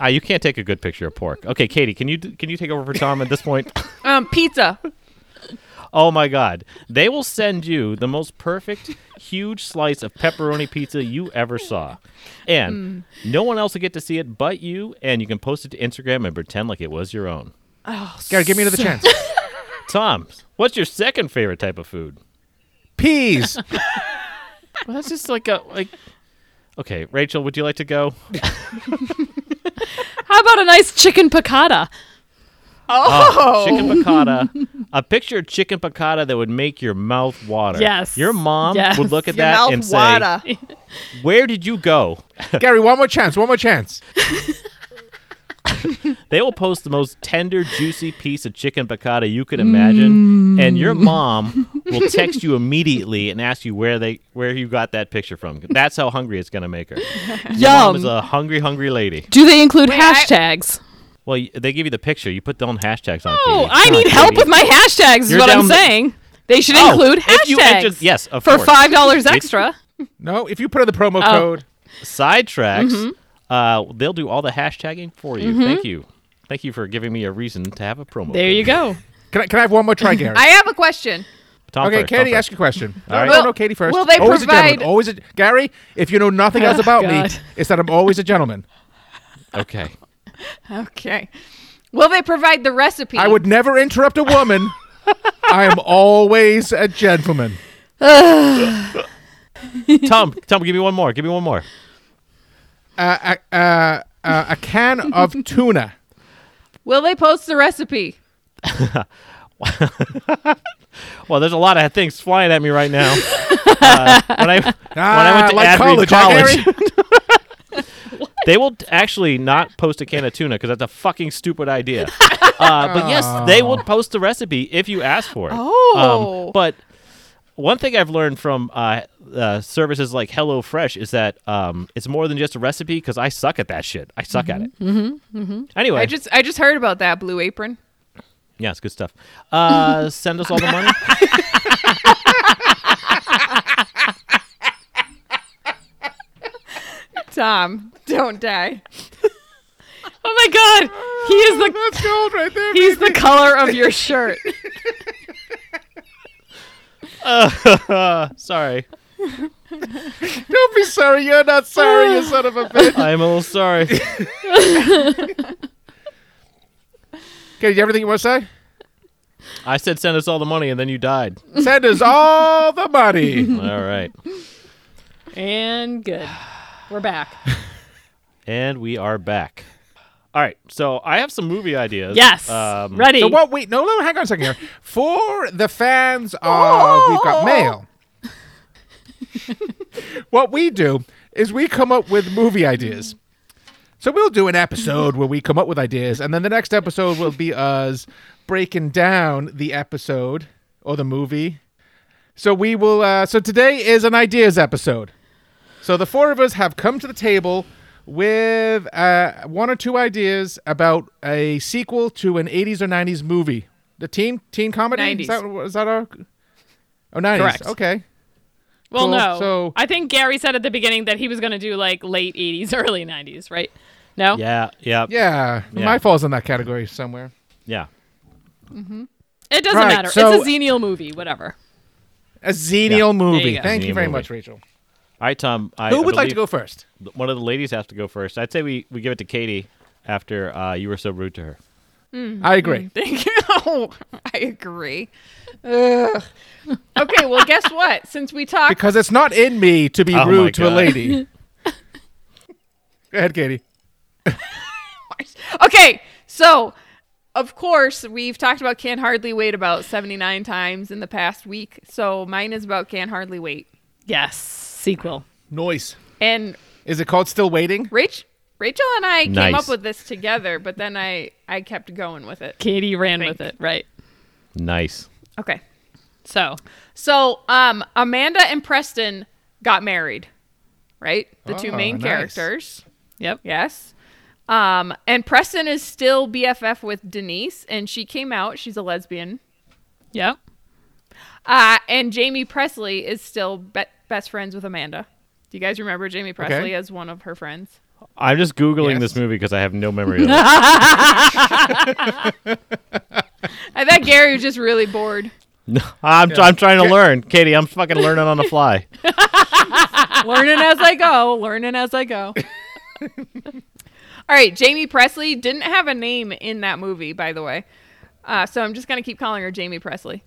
Ah, you can't take a good picture of pork. Okay, Katie, can you d- can you take over for Tom at this point?
Um, pizza.
Oh my God. They will send you the most perfect, huge slice of pepperoni pizza you ever saw. And no one else will get to see it but you, and you can post it to Instagram and pretend like it was your own.
Gary, give me another chance.
Tom, what's your second favorite type of food?
Peas.
Well, that's just like a like Okay, Rachel, would you like to go?
How about a nice chicken piccata?
Oh. chicken piccata. A picture of chicken piccata that would make your mouth water.
Yes.
Your mom
Yes.
would look at
Your
that
mouth
and
water.
say, Where did you go?
Gary, one more chance. One more chance.
They will post the most tender, juicy piece of chicken piccata you could imagine,
Mm.
and your mom will text you immediately and ask you where they where you got that picture from. That's how hungry it's gonna make her. Mom is
Yum.
a hungry, hungry lady.
Do they include
Wait, I-
hashtags?
Well, y- they give you the picture. You put their own hashtags on.
Oh,
Katie.
I
Come
need
on,
help
Katie.
with my hashtags. Is
You're
what I'm
down the-
saying. They should
Oh,
include
if you
hashtags.
enter- yes, of
for
course.
five dollars
Did-
extra.
No, if you put in the
Oh.
promo code.
Sidetracks. Uh, they'll do all the hashtagging for you. Thank you. Thank you for giving me a reason to have a promo.
There
code.
you go.
Can I, can I have one more try, Gary?
I have a question.
Tom
okay,
first, Tom
Katie,
first.
ask your question. No,
All
no,
right.
no, Katie first.
Will they
always A
provide-
gentleman. Always a, Gary, if you know nothing
Oh,
else about me,
God.
it's that I'm always a gentleman.
Okay.
Okay. Will they provide the recipe?
I would never interrupt a woman. I am always a gentleman.
Tom, Tom, give me one more. Give me one more.
Uh, a, uh, uh, a can of tuna.
Will they post the recipe?
Well, there's a lot of things flying at me right now. uh, when I when I went
Ah,
to
like
Ad Reed
college, huh,
college, they will t- actually not post a can of tuna because that's a fucking stupid idea. Uh, but yes, they will post the recipe if you ask for it. Um,
Oh.
but one thing I've learned from uh, uh, services like HelloFresh is that um, it's more than just a recipe because I suck at that shit. I suck at it. Mm-hmm, mm-hmm. Anyway,
I just I just heard about that Blue Apron.
yeah, it's good stuff. Uh, send us all the money.
Tom, don't die.
Oh my god, he is the
Gold right there.
he's the color of your shirt.
Sorry.
Don't be sorry. You're not sorry, you son of a bitch.
I'm a little sorry.
Katie, you have everything you want to say?
I said send us all the money and then you died.
Send us all the money.
All right.
And good, we're back.
And we are back. All right. So I have some movie ideas.
Yes,
Um,
ready.
So what? Wait, no, no, hang on a second here. For the fans of We've Got Mail, what we do is we come up with movie ideas. So we'll do an episode where we come up with ideas, and then the next episode will be us breaking down the episode or the movie. So we will. Uh, so today is an ideas episode. So the four of us have come to the table with uh, one or two ideas about a sequel to an 80s or 90s movie. The teen teen comedy?
90s.
Is that, is that our. Oh, 90s.
Correct.
Okay.
Well,
Cool.
no.
So-
I think Gary said at the beginning that he was going to do like late 80s, early 90s, right? No?
Yeah. Yeah. Yeah.
Yeah.
Yeah.
My falls in that category somewhere.
It doesn't
Right,
matter.
so-
it's a xenial movie, whatever.
A xenial movie.
you go.
Thank
Xenial
you very
movie.
much, Rachel.
All right, Tom. I,
Who
I
would like to go
believe
first?
th- One of the ladies has to go first. I'd say we, we give it to Katie after uh, you were so rude to her.
I agree.
Thank you. Oh, I agree. Ugh. Okay, well, guess what? Since we talked,
Because it's not in me to be
Oh my
rude to a
God.
lady. go ahead, Katie.
okay, so of course we've talked about can hardly wait about seventy nine times in the past week. So mine is about can hardly wait.
Yes. Sequel.
Noise.
And
Is it called Still Waiting?
Rach- Rachel and I came
Nice.
up with this together, but then I I kept going with it.
Katie ran
Think.
with it, right?
Nice.
Okay,
So,
so um, Amanda and Preston got married. right? The two
Oh,
main
nice.
characters.
Yep.
Yes. Um, and Preston is still BFF with Denise, and she came out. She's a lesbian.
Yep.
Uh, and Jamie Presley is still be- best friends with Amanda. Do you guys remember Jamie Presley as one of her friends?
I'm just googling
Yes.
this movie because I have no memory of it.
I bet Gary was just really bored.
I'm, I'm trying to learn, Katie. I'm fucking learning on the fly.
learning as I go, learning as I go. All right, Jamie Presley didn't have a name in that movie, by the way. Uh, so I'm just gonna keep calling her Jamie Presley.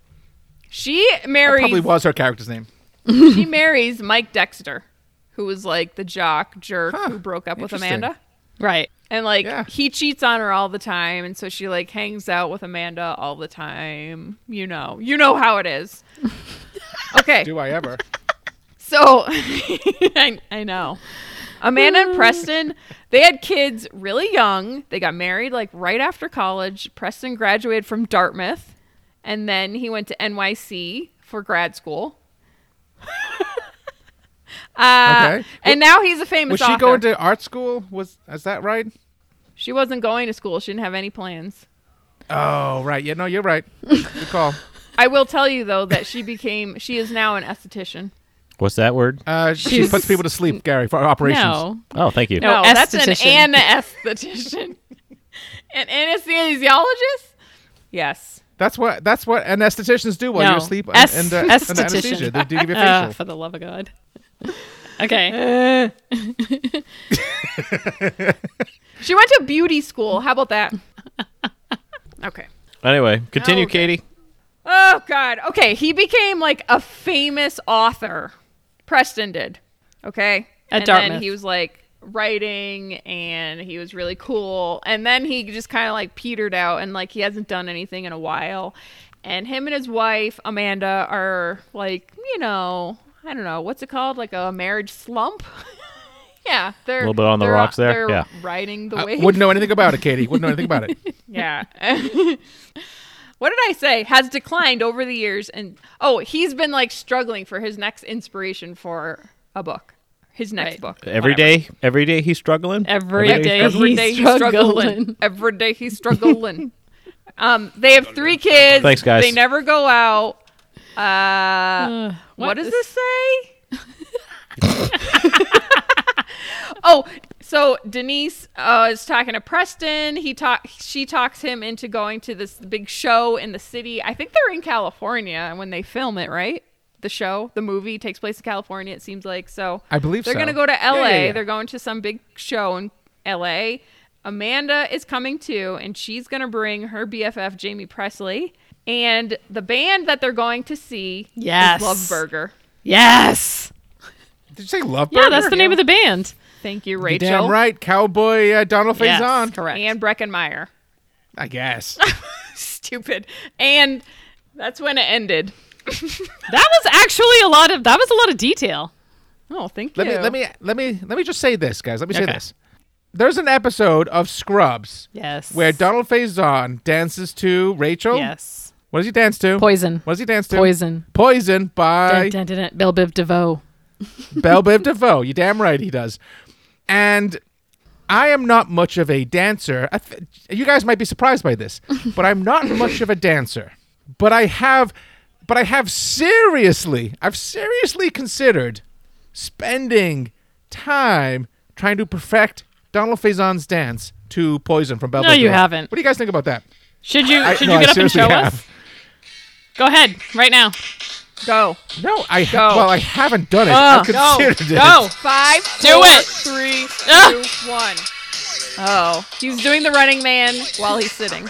She
Probably
marries
was her character's name.
she marries Mike Dexter, who was like the jock jerk who broke up with
interesting.
Amanda.
Right.
And like
Yeah.
he cheats on her all the time, and so she like hangs out with Amanda all the time. You know, you know how it is. okay,
Do I ever?
so I, I know. Amanda and Preston, they had kids really young. They got married like right after college. Preston graduated from Dartmouth and then he went to NYC for grad school. uh,
Okay.
And now he's a
Was
famous
she
author.
going to art school? Was is that right?
she wasn't going to school. She didn't have any plans.
Oh, right. Yeah, no, you're right. Good call.
I will tell you though that she became she is now an esthetician.
What's that word?
Uh, she
She's-
puts people to sleep, Gary, for operations.
No.
Oh, thank you.
No,
No, that's an
esthetician.
anesthetician. an anesthesiologist? Yes.
That's what that's what anesthetists do while
No.
you're asleep
Es-
and, and, uh, and
esthetician.
anesthesia. They do give you a
Ah,
facial.
for the love of God. Okay.
She went to beauty school. How about that? okay.
Anyway, continue,
Okay.
Katie.
Oh God. Okay, he became like a famous author. Preston did. Okay.
At
and then
Dartmouth.
he was like writing and he was really cool. And then he just kind of like petered out and like he hasn't done anything in a while. And him and his wife, Amanda, are like, you know, I don't know, what's it called? Like a marriage slump? yeah. They're a
Little bit on the rocks there,
They're
yeah.
riding
Uh,
the
I
wave.
Uh, wouldn't know anything about it, Katie. Wouldn't know anything about it.
Yeah. what did I say? Has declined over the years and oh, he's been like struggling for his next inspiration for a book. His next
Right.
book.
Every day, every day he's struggling.
Every day,
Every
he's
day he's
struggling.
struggling. Every day he's struggling. um, they have three kids.
Thanks, guys.
They never go out. Uh,
Uh,
what does this say? oh, so Denise uh, is talking to Preston. He talk she talks him into going to this big show in the city. I think they're in California when they film it, right? The show, the movie takes place in California. It seems like so.
I believe
they're
so.
gonna go to
Yeah,
L.A.
yeah, yeah.
They're going to some big show in L.A. Amanda is coming too, and she's gonna bring her BFF Jamie Presley and the band that they're going to see.
Yes.
is Loveburger.
Yes.
Did you say love?
Yeah, that's the name of the band.
Thank you,
You're
Rachel.
damn right, cowboy uh, Donald
Yes,
Faison.
correct.
And Breckenmeyer.
I guess.
Stupid. And that's when it ended.
That was actually a lot of that was a lot of detail.
Oh, thank
let
you.
me let me let me let me just say this, guys. Let me say
Okay.
this. There's an episode of Scrubs
Yes.
where Donald Faison dances to Rachel.
Yes.
What does he dance to?
Poison.
What does he dance to?
Poison.
Poison by
Dun, dun, dun, dun. Bill Biv DeVoe.
Belle Biv DeVoe. You damn right he does. And I am not much of a dancer. I th- you guys might be surprised by this, but I'm not much of a dancer. But I have, but I have seriously, I've seriously considered spending time trying to perfect Donald Faison's dance to Poison from Belle.
No,
Biv
you
DeVoe.
haven't.
What do you guys think about that?
Should you
I-
should
no,
you
I
get up and
seriously
show
have.
us? Go ahead, right now.
go.
No, I ha-
Go.
well, I haven't done it.
Uh,
I've considered it.
Go.
Five,
Do
four,
it.
three,
Ah.
two, one. Oh, he's doing the running man while he's sitting.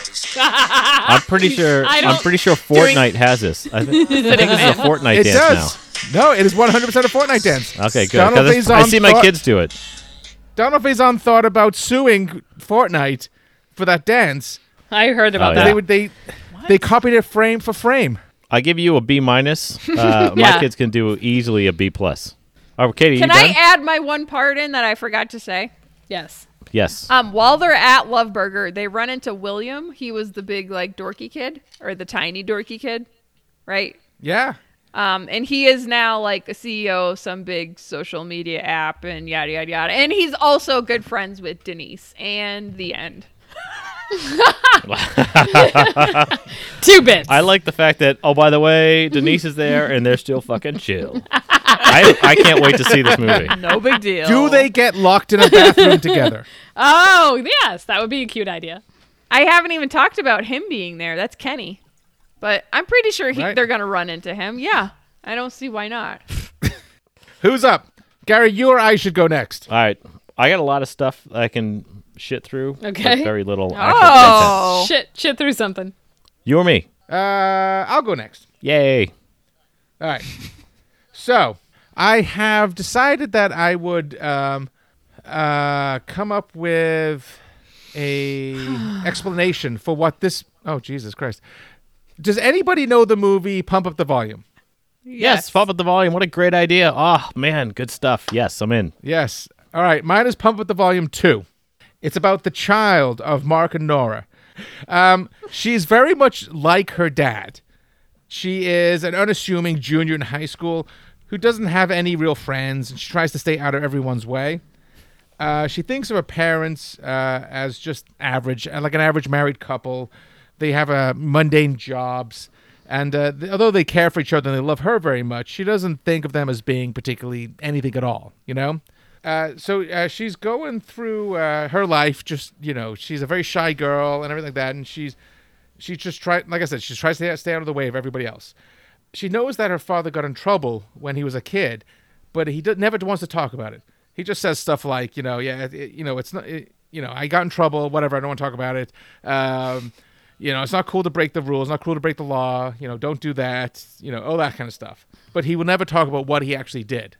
I'm pretty sure.
I
I'm
don't-
pretty sure Fortnite has this. I think, I think this is a Fortnite
It
dance
does. No, it is 100% a Fortnite dance.
now. Okay, good.
Donald
'cause it's- I
Faison
see my
thought-
kids do it.
Donald Faison thought about suing Fortnite for that dance.
I heard about
Oh,
that.
yeah.
They would they they copied it frame for frame.
I give you a B minus. Uh,
Yeah.
My kids can do easily a B plus. Oh, Katie,
Can
you
I
done?
add my one part in that I forgot to say?
Yes.
yes.
Um, while they're at Loveburger, they run into William. He was the big, like, dorky kid or the tiny dorky kid, right?
Yeah.
Um, and he is now like a CEO of some big social media app and yada, yada, yada. And he's also good friends with Denise. And the end.
Two bits.
I like the fact that oh by the way, Denise is there and they're still fucking chill. I, I can't wait to see this movie.
No big deal.
Do they get locked in a bathroom together?
oh, yes. That would be a cute idea.
I haven't even talked about him being there. That's Kenny. But I'm pretty sure he,
Right.
they're going to run into him. Yeah. I don't see why not.
Who's up? Gary, you or I should go next.
All right. I got a lot of stuff I can shit through. but
Okay.
very little actual content.
Oh.
Shit, shit through something.
You or me?
Uh, I'll go next.
Yay.
All right. So I have decided that I would um, uh, come up with a explanation for what this. Oh Jesus Christ! Does anybody know the movie Pump Up the Volume?
Yes. pump up the volume. What a great idea. Oh man, good stuff. Yes, I'm in.
Yes. All right. Mine is Pump Up the Volume 2. It's about the child of Mark and Nora. Um, she's very much like her dad. She is an unassuming junior in high school who doesn't have any real friends and she tries to stay out of everyone's way. Uh, she thinks of her parents uh, as just average, uh, like an average married couple. They have uh, mundane jobs. And uh, th- although they care for each other and they love her very much, she doesn't think of them as being particularly anything at all, you know? Uh, so uh, she's going through uh, her life, just, you know, she's a very shy girl and everything like that. And she's, she just tried, like I said, she tries to stay- stay out of the way of everybody else. She knows that her father got in trouble when he was a kid, but he d- never wants to talk about it. He just says stuff like, you know, yeah, it, it- you know, it's not, it, you know, I got in trouble, whatever. I don't want to talk about it. Um, you know, it's not cool to break the rules, not cool to break the law. You know, don't do that. You know, all that kind of stuff. But he will never talk about what he actually did.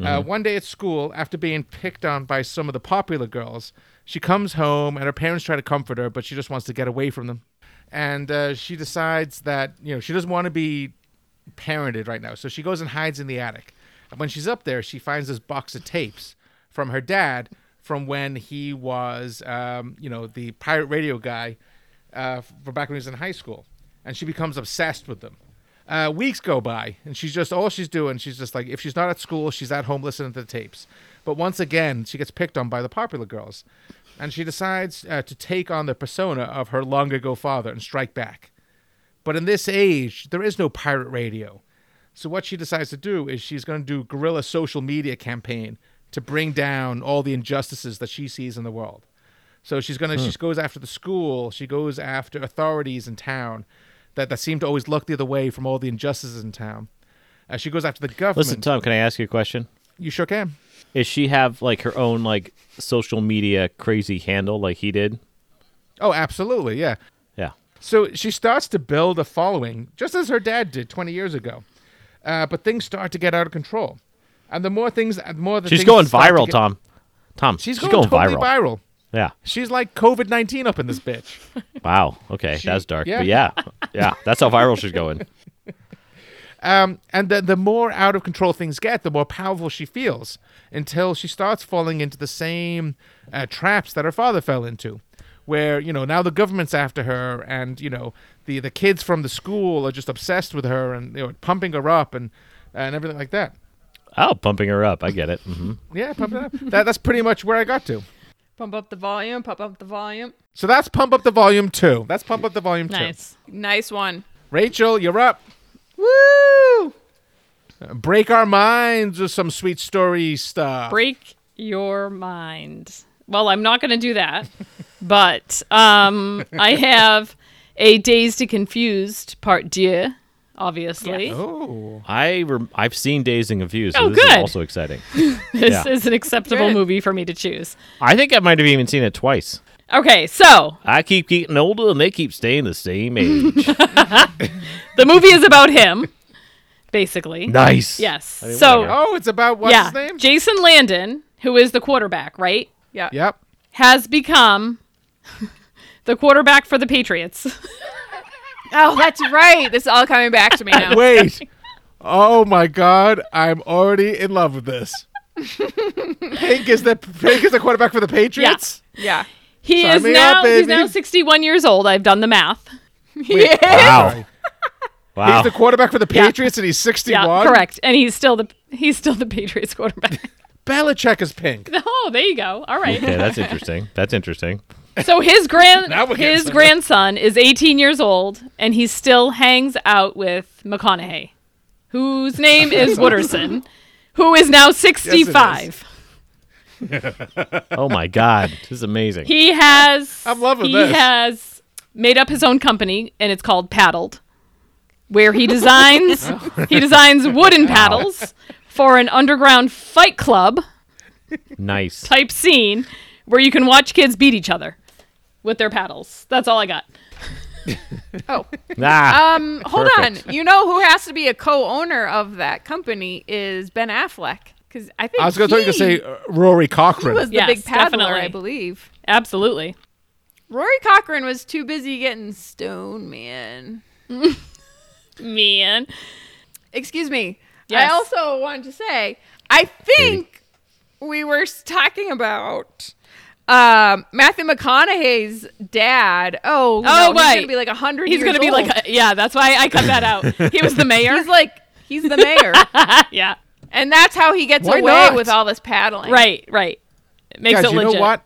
Uh, one day at school, after being picked on by some of the popular girls, she comes home and her parents try to comfort her, but she just wants to get away from them. And uh, she decides that, you know, she doesn't want to be parented right now. So she goes and hides in the attic. And when she's up there, she finds this box of tapes from her dad from when he was, um, you know, the pirate radio guy uh, from back when he was in high school. And she becomes obsessed with them. Uh, weeks go by, and she's just all she's doing. She's just like, if she's not at school, she's at home listening to the tapes. But once again, she gets picked on by the popular girls, and she decides uh, to take on the persona of her long ago father and strike back. But in this age, there is no pirate radio. So what she decides to do is she's going to do guerrilla social media campaign to bring down all the injustices that she sees in the world. So she's going to
Hmm.
she goes after the school, she goes after authorities in town that that seem to always look the other way from all the injustices in town. Uh, she goes after the government.
Listen, Tom, can I ask you a question?
you sure can.
Is she have like her own like social media crazy handle like he did?
Oh, absolutely, yeah.
Yeah.
So she starts to build a following, just as her dad did 20 years ago. Uh, but things start to get out of control, and the more things, the more the
She's
things
going
start to
viral,
get-
Tom. Tom,
She's, going, totally
viral.
viral.
Yeah.
She's like COVID 19 up in this bitch.
Wow. Okay,
She-
that's dark.
yeah.
But yeah, yeah, that's how viral she's going.
Um, and the, the more out of control things get, the more powerful she feels until she starts falling into the same uh, traps that her father fell into. Where, you know, now the government's after her and, you know, the, the kids from the school are just obsessed with her and, you know, pumping her up and, and everything like that.
Oh, pumping her up. I get it. hmm
Yeah, pump it up. that, that's pretty much where I got to.
Pump up the volume. Pump up the volume.
So that's Pump Up the Volume 2. That's Pump Up the Volume 2.
Nice.
Nice one.
Rachel, you're up.
Woo!
Break our minds with some sweet story stuff.
Break your mind. Well, I'm not going to do that, but um, I have a Dazed and Confused part deux, obviously.
Oh.
I rem- I've seen Dazed and Confused. So
Oh,
this is
good.
also exciting.
This
Yeah.
is an acceptable
Good.
movie for me to choose.
I think I might have even seen it twice.
Okay, so
I keep getting older, and they keep staying the same age.
the movie is about him, basically.
nice.
Yes.
mean,
so,
whatever.
Oh, it's about what's
yeah,
his name?
Jason Landon, who is the quarterback, right?
Yeah.
yep.
has become the quarterback for the Patriots.
Oh, that's right. This is all coming back to me now.
Wait. Oh my god, I'm already in love with this. Pink is the Pink is the quarterback for the Patriots.
Yeah.
He
Sign
is
me
now
up,
he's
baby.
now 61 years old. I've done the math.
Wow. Wow.
He's the quarterback for the Patriots, and he's 61.
Yeah, correct. And he's still the he's still the Patriots quarterback.
Belichick is pink.
oh, there you go. All right.
okay, that's interesting. That's interesting.
So his grand
Now we're getting
his
somewhere.
grandson is 18 years old, and he still hangs out with McConaughey, whose name is Wooderson, who is now 65.
Oh my God, this is amazing.
He has.
I'm loving
he
this.
has made up his own company, and it's called Paddled, where he designs he designs wooden paddles for an underground fight club
nice.
type scene where you can watch kids beat each other with their paddles. That's all I got.
Oh,
Ah,
um, hold
Perfect.
on. You know who has to be a co-owner of that company is Ben Affleck because I think
I was going to tell you to
he
say uh, Rory Cochran.
was the
Yes,
big paddler,
definitely.
I believe.
Absolutely.
Rory Cochran was too busy getting stone, man.
Man.
Excuse me.
Yes.
I also wanted to say, I think we were s- talking about um, Matthew McConaughey's dad. Oh,
Oh,
no, he's
right.
gonna be like a hundred.
He's
years
going to be
old.
like, a, yeah, that's why I cut that out. He was the mayor.
he's like he's the mayor,
yeah.
and that's how he gets
Why
away
not?
with all this paddling.
Right, right. It makes
Guys,
it
you
legit.
know what?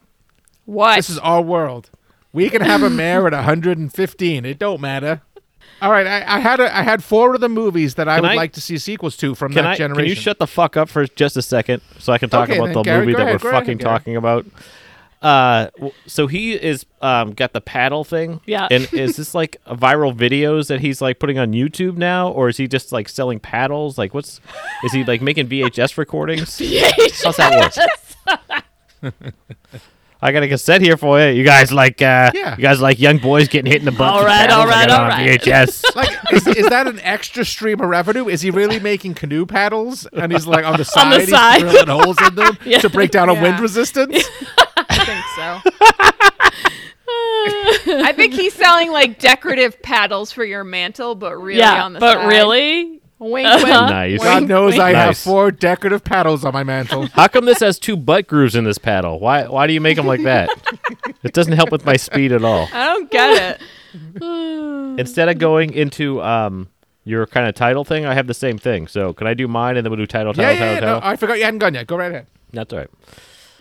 What?
This is our world. We can have a mayor at 115. It don't matter. All right, I, I had a, I had four of the movies that I
Can
would
I-
like to see sequels to from
can
that
I?
generation.
Can you shut the fuck up for just a second so I can talk
Okay,
about
then,
the
Gary,
movie
go
that
ahead, go
we're
ahead,
fucking
Gary.
talking about? Uh, w- so he is um got the paddle thing.
Yeah.
And is this like a viral videos that he's like putting on YouTube now, or is he just like selling paddles? Like, what's is he like making VHS recordings? How's that work? I got a cassette here for you. You guys like, uh,
Yeah.
you guys like young boys getting hit in the butt.
All
with
right, all
paddles? I
right,
got it
all
on
right.
VHS.
like, is, is that an extra stream of revenue? Is he really making canoe paddles? And he's like on the side,
the
he's
side.
drilling holes in them
Yeah.
to break down a wind
Yeah.
resistance.
I think so. I think he's selling like decorative paddles for your mantle, but really
yeah,
on the
but
side.
really?
wink, wink.
Uh-huh.
Nice.
God knows I have
Nice.
four decorative paddles on my mantle.
How come this has two butt grooves in this paddle? Why why do you make them like that? It doesn't help with my speed at all.
I don't get it.
Instead of going into um your kind of title thing, I have the same thing. So can I do mine and then we'll do title,
yeah,
title,
yeah, yeah.
title,
No,
title?
I forgot you hadn't gone yet. Go right ahead.
That's all right.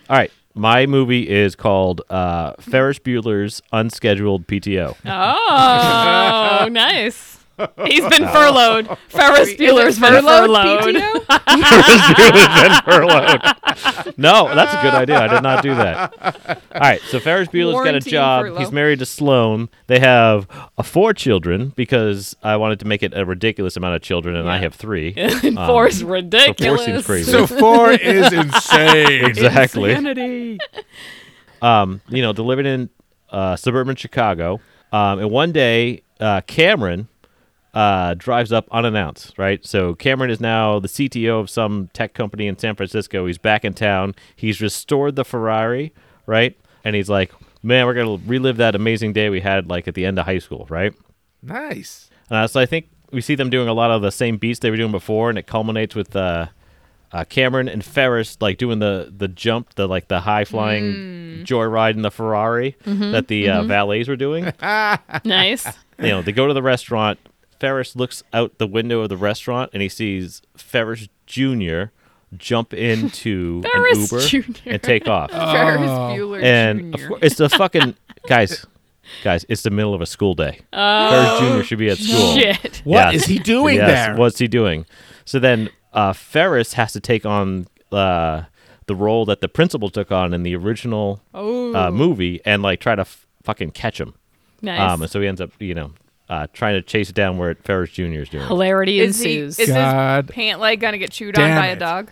All right. My movie is called uh, Ferris Bueller's Unscheduled PTO.
Oh, nice. He's been furloughed. Ferris
Is it
Bueller's been
furloughed
furloughed.
PTO?
Ferris Bueller's been furloughed. No, that's a good idea. I did not do that. All right, so Ferris Bueller's got a
Quarantine
job.
furlough.
He's married to Sloan. They have uh, four children because I wanted to make it a ridiculous amount of children, and I have three.
And four
Um,
is ridiculous.
seems crazy.
So four is insane.
exactly. um, you know, they're living in uh, suburban Chicago, um, and one day uh, Cameron uh, drives up unannounced. Right, so Cameron is now the CTO of some tech company in San Francisco. He's back in town. He's restored the Ferrari, right, and he's like, "Man, we're gonna relive that amazing day we had like at the end of high school, right?"
Nice.
Uh, so I think we see them doing a lot of the same beats they were doing before, and it culminates with uh, uh, Cameron and Ferris like doing the the jump, the like the high flying
Mm.
joyride in the Ferrari
Mm-hmm,
that the uh, valets were doing.
Nice.
you know, they go to the restaurant. Ferris looks out the window of the restaurant and he sees Ferris Jr. jump into an
Ferris Oh,
Uber
Jr..
and take off.
Ferris Bueller
and of
Jr.
cour- it's the fucking guys, guys. It's the middle of a school day. Ferris Jr. should be at school.
Shit.
What is
Yes.
he doing
yes.
there?
What's he doing? So then uh, Ferris has to take on uh, the role that the principal took on in the original uh, movie and like try to f- fucking catch him.
Nice.
Um, and so he ends up, you know, uh, trying to chase down where Ferris Jr. is doing.
Hilarity
is he,
ensues.
is his
God
pant leg gonna get chewed
damn
on by
it.
a dog?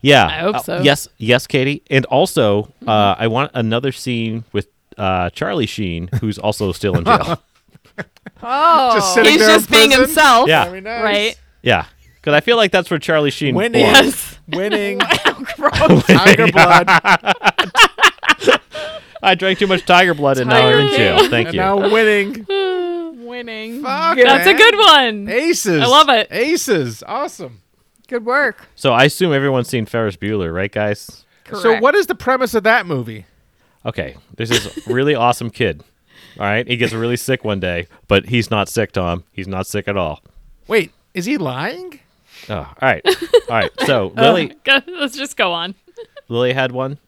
Yeah.
I hope
Uh,
so. Mm-hmm.
yes, yes, Katie. And also, uh, I want another scene with uh, Charlie Sheen, who's also still in jail.
Oh,
Just sitting
He's
there in
just being
prison?
himself.
Yeah.
Very nice.
Right?
yeah. Because I feel like that's where Charlie Sheen
Winning.
belongs.
Yes.
Winning.
Winning.
Tiger blood.
I drank too much tiger blood and now I'm in
Tiger
jail.
King.
Thank
and
you.
now winning.
winning.
Fuck,
That's a
man.
good one.
Aces.
I love it.
Aces. Awesome.
Good work.
So I assume everyone's seen Ferris Bueller, right, guys?
Correct.
So what is the premise of that movie?
Okay, there's this really awesome kid, All right, he gets really sick one day, but he's not sick, Tom. He's not sick at all.
Wait, is he lying?
Oh, all right, all right. So
Uh.
Lily,
Go- Let's just go on.
Lily had one.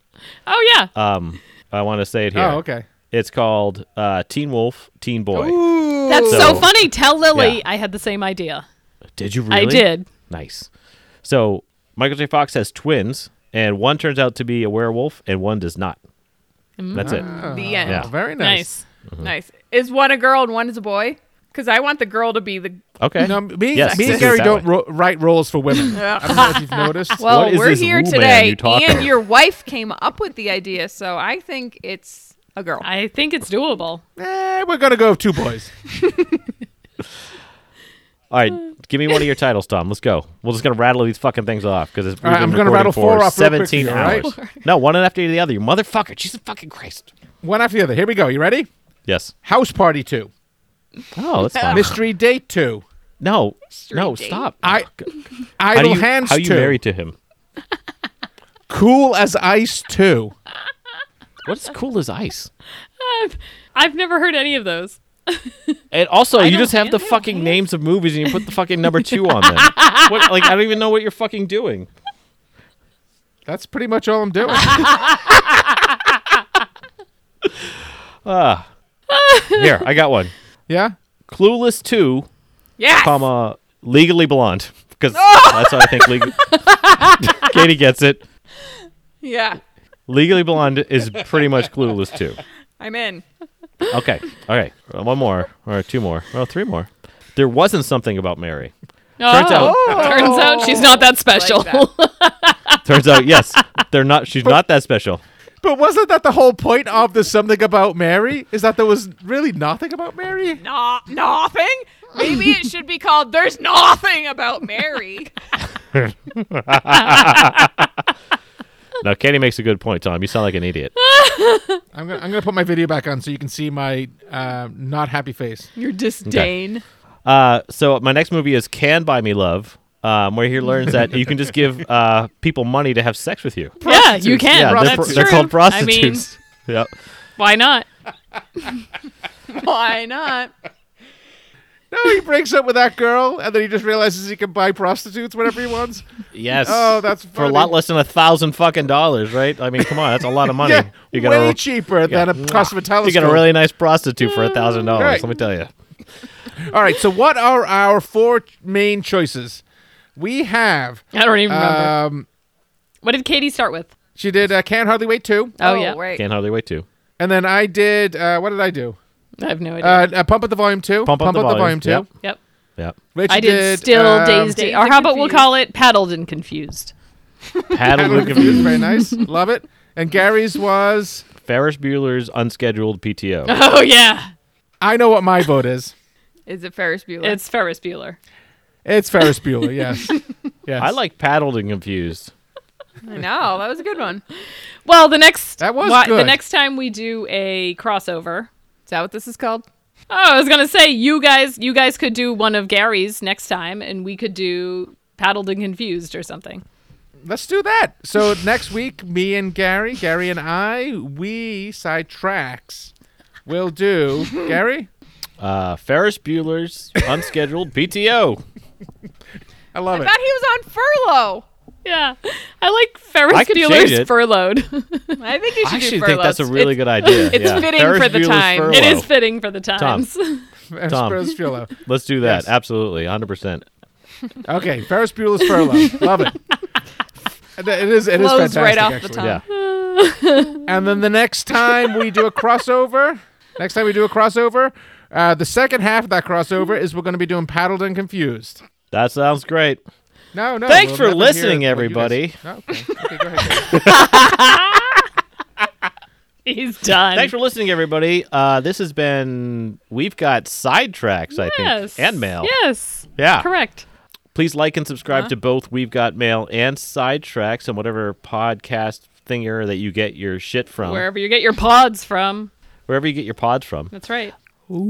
Oh yeah.
Um, I want to say it here.
Oh, okay.
It's called uh, Teen Wolf, Teen Boy.
Ooh.
That's so,
So-
funny. Tell Lily
Yeah.
I had the same idea.
Did you really?
I did.
Nice. So Michael J. Fox has twins, and one turns out to be a werewolf, and one does not. That's it.
Mm.
The end.
Yeah.
Oh, very nice.
Nice.
Nice. Is one a girl and one is a boy? Because I want the girl to be the.
Okay.
No, me,
Yes,
me and
let's do it
Gary
that
don't
way.
ro- write roles for women. I don't know if you've noticed.
Well,
What is
we're
this
here
Wu man
today,
you talk
and
of?
your wife came up with the idea, so I think it's a girl.
I think it's doable.
Eh, we're gonna go with two boys.
All right, give me one of your titles, Tom. Let's go. We're just gonna rattle these fucking things off because it's.
All right,
we've been
I'm gonna
recording
rattle
for
four off real quick
Seventeen
for you, all right?
hours. No, one after the other. You motherfucker! Jesus fucking Christ.
One after the other. Here we go. You ready?
Yes.
House Party Two,
Oh, that's fine.
Mystery Date Two,
no, no,
date.
stop.
I,
Oh, how do
Idle
you,
Hands
how you
Two,
married to him?
Cool as Ice Two.
What's cool as ice?
I've, I've never heard any of those.
And also, you just
don't-
have the
I don't
fucking names of movies, and you put the fucking number two on them. what, like I don't even know what you're fucking doing.
That's pretty much all I'm doing.
Here, I got one.
yeah.
Clueless two,
yes.
comma uh, legally blonde because that's what I think. Legal. Katie gets it.
Yeah.
Legally blonde is pretty much clueless too.
I'm in.
Okay. All right. One more or two more. Well, three more. There wasn't something about Mary. Turns out,
Turns out she's not that special.
Like
turns out, yes, they're not. She's not that special.
But wasn't that the whole point of the something about Mary? Is that there was really nothing about Mary?
Nah, nothing. Maybe it should be called "There's Nothing About Mary."
Now, Katie makes a good point, Tom. You sound like an idiot.
I'm gonna I'm gonna put my video back on so you can see my uh, not happy face.
Your disdain.
Uh, so my next movie is Can Buy Me Love, um, where he learns that you can just give uh, people money to have sex with you.
yeah, you can.
yeah, they're,
That's
pro- they're
true.
called
I mean,
prostitutes. yep.
why not?
Why not?
No, he breaks up with that girl, and then he just realizes he can buy prostitutes whenever he wants.
Yes.
Oh, that's
for a
funny.
lot less than a thousand fucking dollars, right? I mean, come on, that's a lot of money.
Yeah,
you got
way
a
cheaper than a cost of a
you
telescope.
got a really nice prostitute for a thousand dollars.
Right.
Let me tell you.
All right, so what are our four main choices? We have.
I don't even remember.
Um,
what did Katie start with?
she did uh, Can't Hardly Wait 2.
Oh, yeah.
Right.
Can't hardly wait to
And then I did. Uh, what did I do?
I have no idea.
Uh, uh, Pump Up the Volume 2.
Pump, up, the volume.
2.
Yep.
yep.
Yep.
Rich
I did, still
um,
dazed,
Dazed
or
and
how about we'll
Confused.
call it paddled and confused.
Paddle
Paddle
Luke
and Confused, Very nice. Love it. And Gary's was.
Ferris Bueller's unscheduled PTO.
Oh yeah,
I know what my vote is.
Is it Ferris Bueller?
it's Ferris Bueller.
It's Ferris Bueller, yes. yes.
I like paddled and confused.
I know that was a good one. Is
Well, the next
That was
why- the
good.
next time we do a crossover.
that what this is called?
Oh, I was gonna say you guys you guys could do one of Gary's next time, and we could do paddled and confused or something.
Let's do that. So next week, me and Gary, Gary and I, we side tracks. Will do. Gary?
Uh, Ferris Bueller's unscheduled PTO.
I love
I
it.
thought he was on furlough.
Yeah, I like Ferris
I could change
Bueller's
it.
furloughed.
I think you should
I
do
actually
furloughs.
think that's a really
It's-
good idea.
it's
yeah.
fitting
Ferris
for the
Bueller's
time.
Furlough.
it is fitting for the times.
Ferris
Tom.
Bueller.
Let's do that.
Yes.
Absolutely, hundred percent.
Okay, Ferris Bueller's furlough. Love it. And It is. It is
Flows
fantastic.
right off the
actually.
tongue.
Yeah.
And then the next time we do a crossover, next time we do a crossover, uh, the second half of that crossover is we're going to be doing paddled and confused.
That sounds great.
No, no.
Thanks for
never hear
listening,
what you guys-
everybody.
No, okay. Okay, go ahead. Gary.
He's done.
Thanks for listening, everybody. Uh, this has been we've got sidetracks, I
yes.
think, and mail.
Yes,
Yeah.
correct. Uh-huh.
Please like and subscribe to both We've Got Mail and Sidetracks and whatever podcast thinger that you get your shit from,
Wherever you get your pods from.
wherever you get your pods from.
That's right.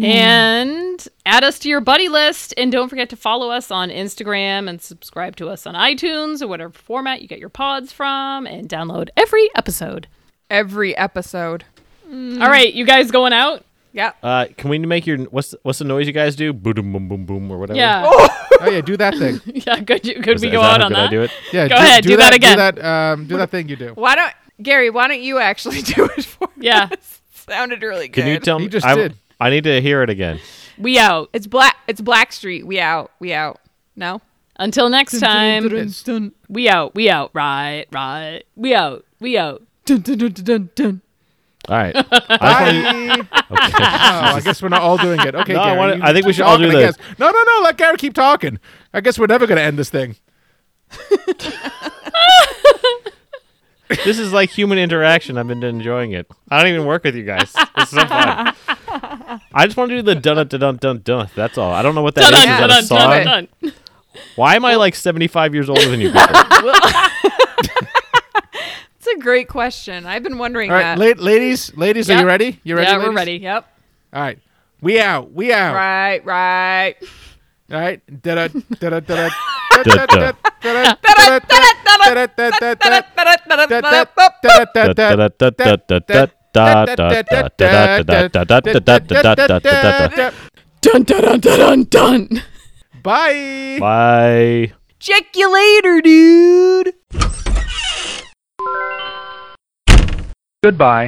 And add us to your buddy list. And don't forget to follow us on Instagram and subscribe to us on iTunes or whatever format you get your pods from and download every episode.
Every episode.
Mm-hmm.
All right, you guys going out?
Yeah.
Uh, can we make your what's what's the noise you guys do? Boom, boom, boom, boom, boom, or whatever.
Yeah.
Oh yeah, do that thing.
yeah. Could, you, could
Is-
we
is
go out
that how
on that?
good I do it.
Yeah,
Go ahead, do that again.
Do that, um, do that thing you do.
Why don't Gary? Why don't you actually do it for
Yeah.
us? Sounded really good.
Can you tell
You
me?
just
I,
did.
I need to hear it again.
We out.
It's black. It's Blackstreet. We out. We out. No.
Until next time,
It's-
we out. We out. Right. Right. We out. We out.
All right. I
Bye.
just wanna- okay.
Oh, I guess we're not all doing it. Okay,
No, I
Gary,
wanna-
you
I think we
keep
should all
talking,
do
I
this.
guess. No, no, no. Let Gary keep talking. I guess we're never going to end this thing.
This is like human interaction. I've been enjoying it. I don't even work with you guys. It's so fun. I just want to do the dun dun dun dun dun. That's all. I don't know what that is.
Dun
Is
dun
that
dun
a song?
dun dun.
Why am I like seventy five years older than you people?
It's a great question. I've been wondering
All right,
that.
la- ladies, ladies, are
Yep.
you ready? You ready?
Yeah, we're
ladies?
ready.
Yep.
All right, we out. We out.
Right. Right.
All right. Da-da, da-da, da-da,
Da-da.
da-da, da-da, da-da, da-da, da-da, da-da,
Dun dun dun dun dun. dun.
Bye.
Bye.
Check you later, dude.
Goodbye.